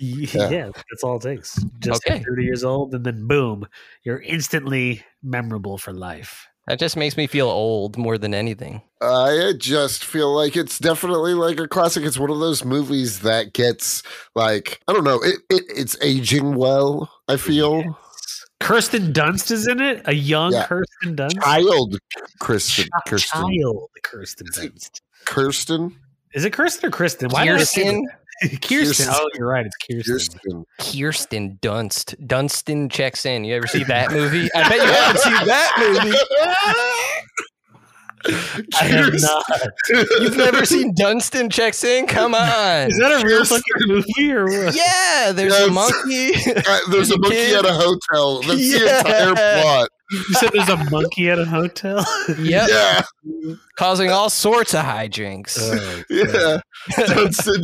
yeah. that's all it takes. Just
Okay.
30 years old, and then boom, you're instantly memorable for life.
That just makes me feel old more than anything.
I just feel like it's definitely like a classic. It's one of those movies that gets like I don't know. It, it it's aging well. I feel
Kirsten Dunst is in it. A young
Yeah.
Kirsten Dunst.
Child Kristen.
Chi-
Kirsten.
Child Kirsten Dunst.
Kirsten.
Is it Kirsten or Kristen? Why did I say
Kirsten,
that? Kirsten.
Kirsten.
Oh, you're right. It's Kirsten.
Kirsten.
Kirsten Dunst. Dunstan checks in. You ever see that movie? I bet you haven't seen that movie.
I have not.
You've never seen Dunstan checks in? Come on.
Is that a real
Kirsten.
fucking movie or what?
Yeah, there's
Yes.
a monkey.
Uh, there's a monkey
Kid.
at a hotel. That's
Yeah.
the entire plot.
You said there's a monkey at a hotel.
yep,
Yeah,
causing all sorts of hijinks.
Uh,
Oh,
yeah. Dunstan,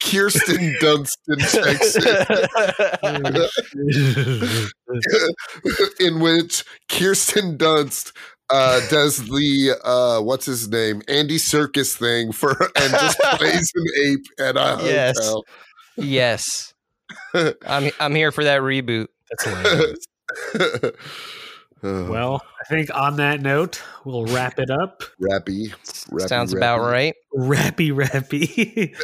Kirsten Dunstan checks in,
Oh,
in which Kirsten Dunst uh, does the uh, what's his name Andy Circus thing for and just plays an ape at a
Yes.
hotel.
yes. I'm I'm here for that reboot.
That's hilarious.
Uh,
Well, I think on that note, we'll wrap it up.
rappy, Rappy,
Sounds about
rappy.
right.
Rappy, rappy.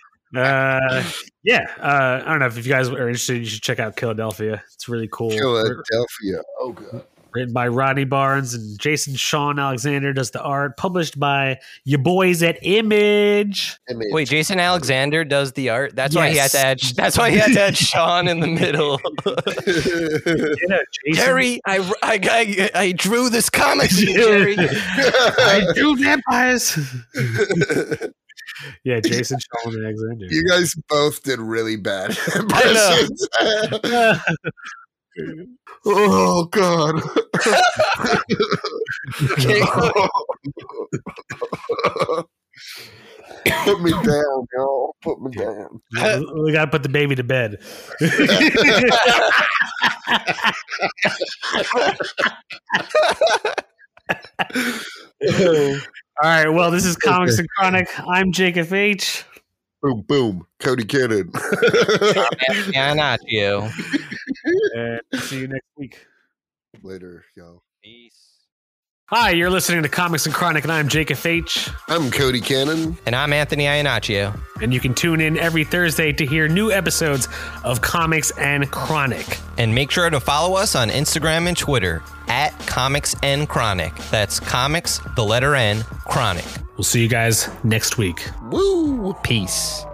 uh, yeah. Uh, I don't know if you guys are interested. You should check out Philadelphia. It's really cool.
Philadelphia. Oh god.
written by Rodney Barnes and Jason Sean Alexander does the art. Published by your boys at Image.
I mean,
Wait, Jason Alexander does the art. That's why he
Yes.
had to add. That's why he had to add Sean in the middle.
Yeah, Jason.
Jerry, I, I, I, I drew this comic sheet, Jerry.
I do vampires. yeah, Jason Sean Alexander.
you guys both did really bad
know.
impressions. oh god.
Okay,
Put me down, y'all. Put me down.
we got to put the baby to bed. All right. Well, this is Comics and Chronic. I'm Jacob H.
boom, boom. Cody Cannon.
yeah, not you.
And see you next week.
Later, y'all.
Hi, you're listening to Comics and Chronic, and I'm Jacob H.
I'm Cody Cannon.
And I'm Anthony Iannaccio.
And you can tune in every Thursday to hear new episodes of Comics and Chronic.
And make sure to follow us on Instagram and Twitter at Comics and Chronic. That's Comics, the letter N, Chronic.
We'll see you guys next week.
Woo!
Peace.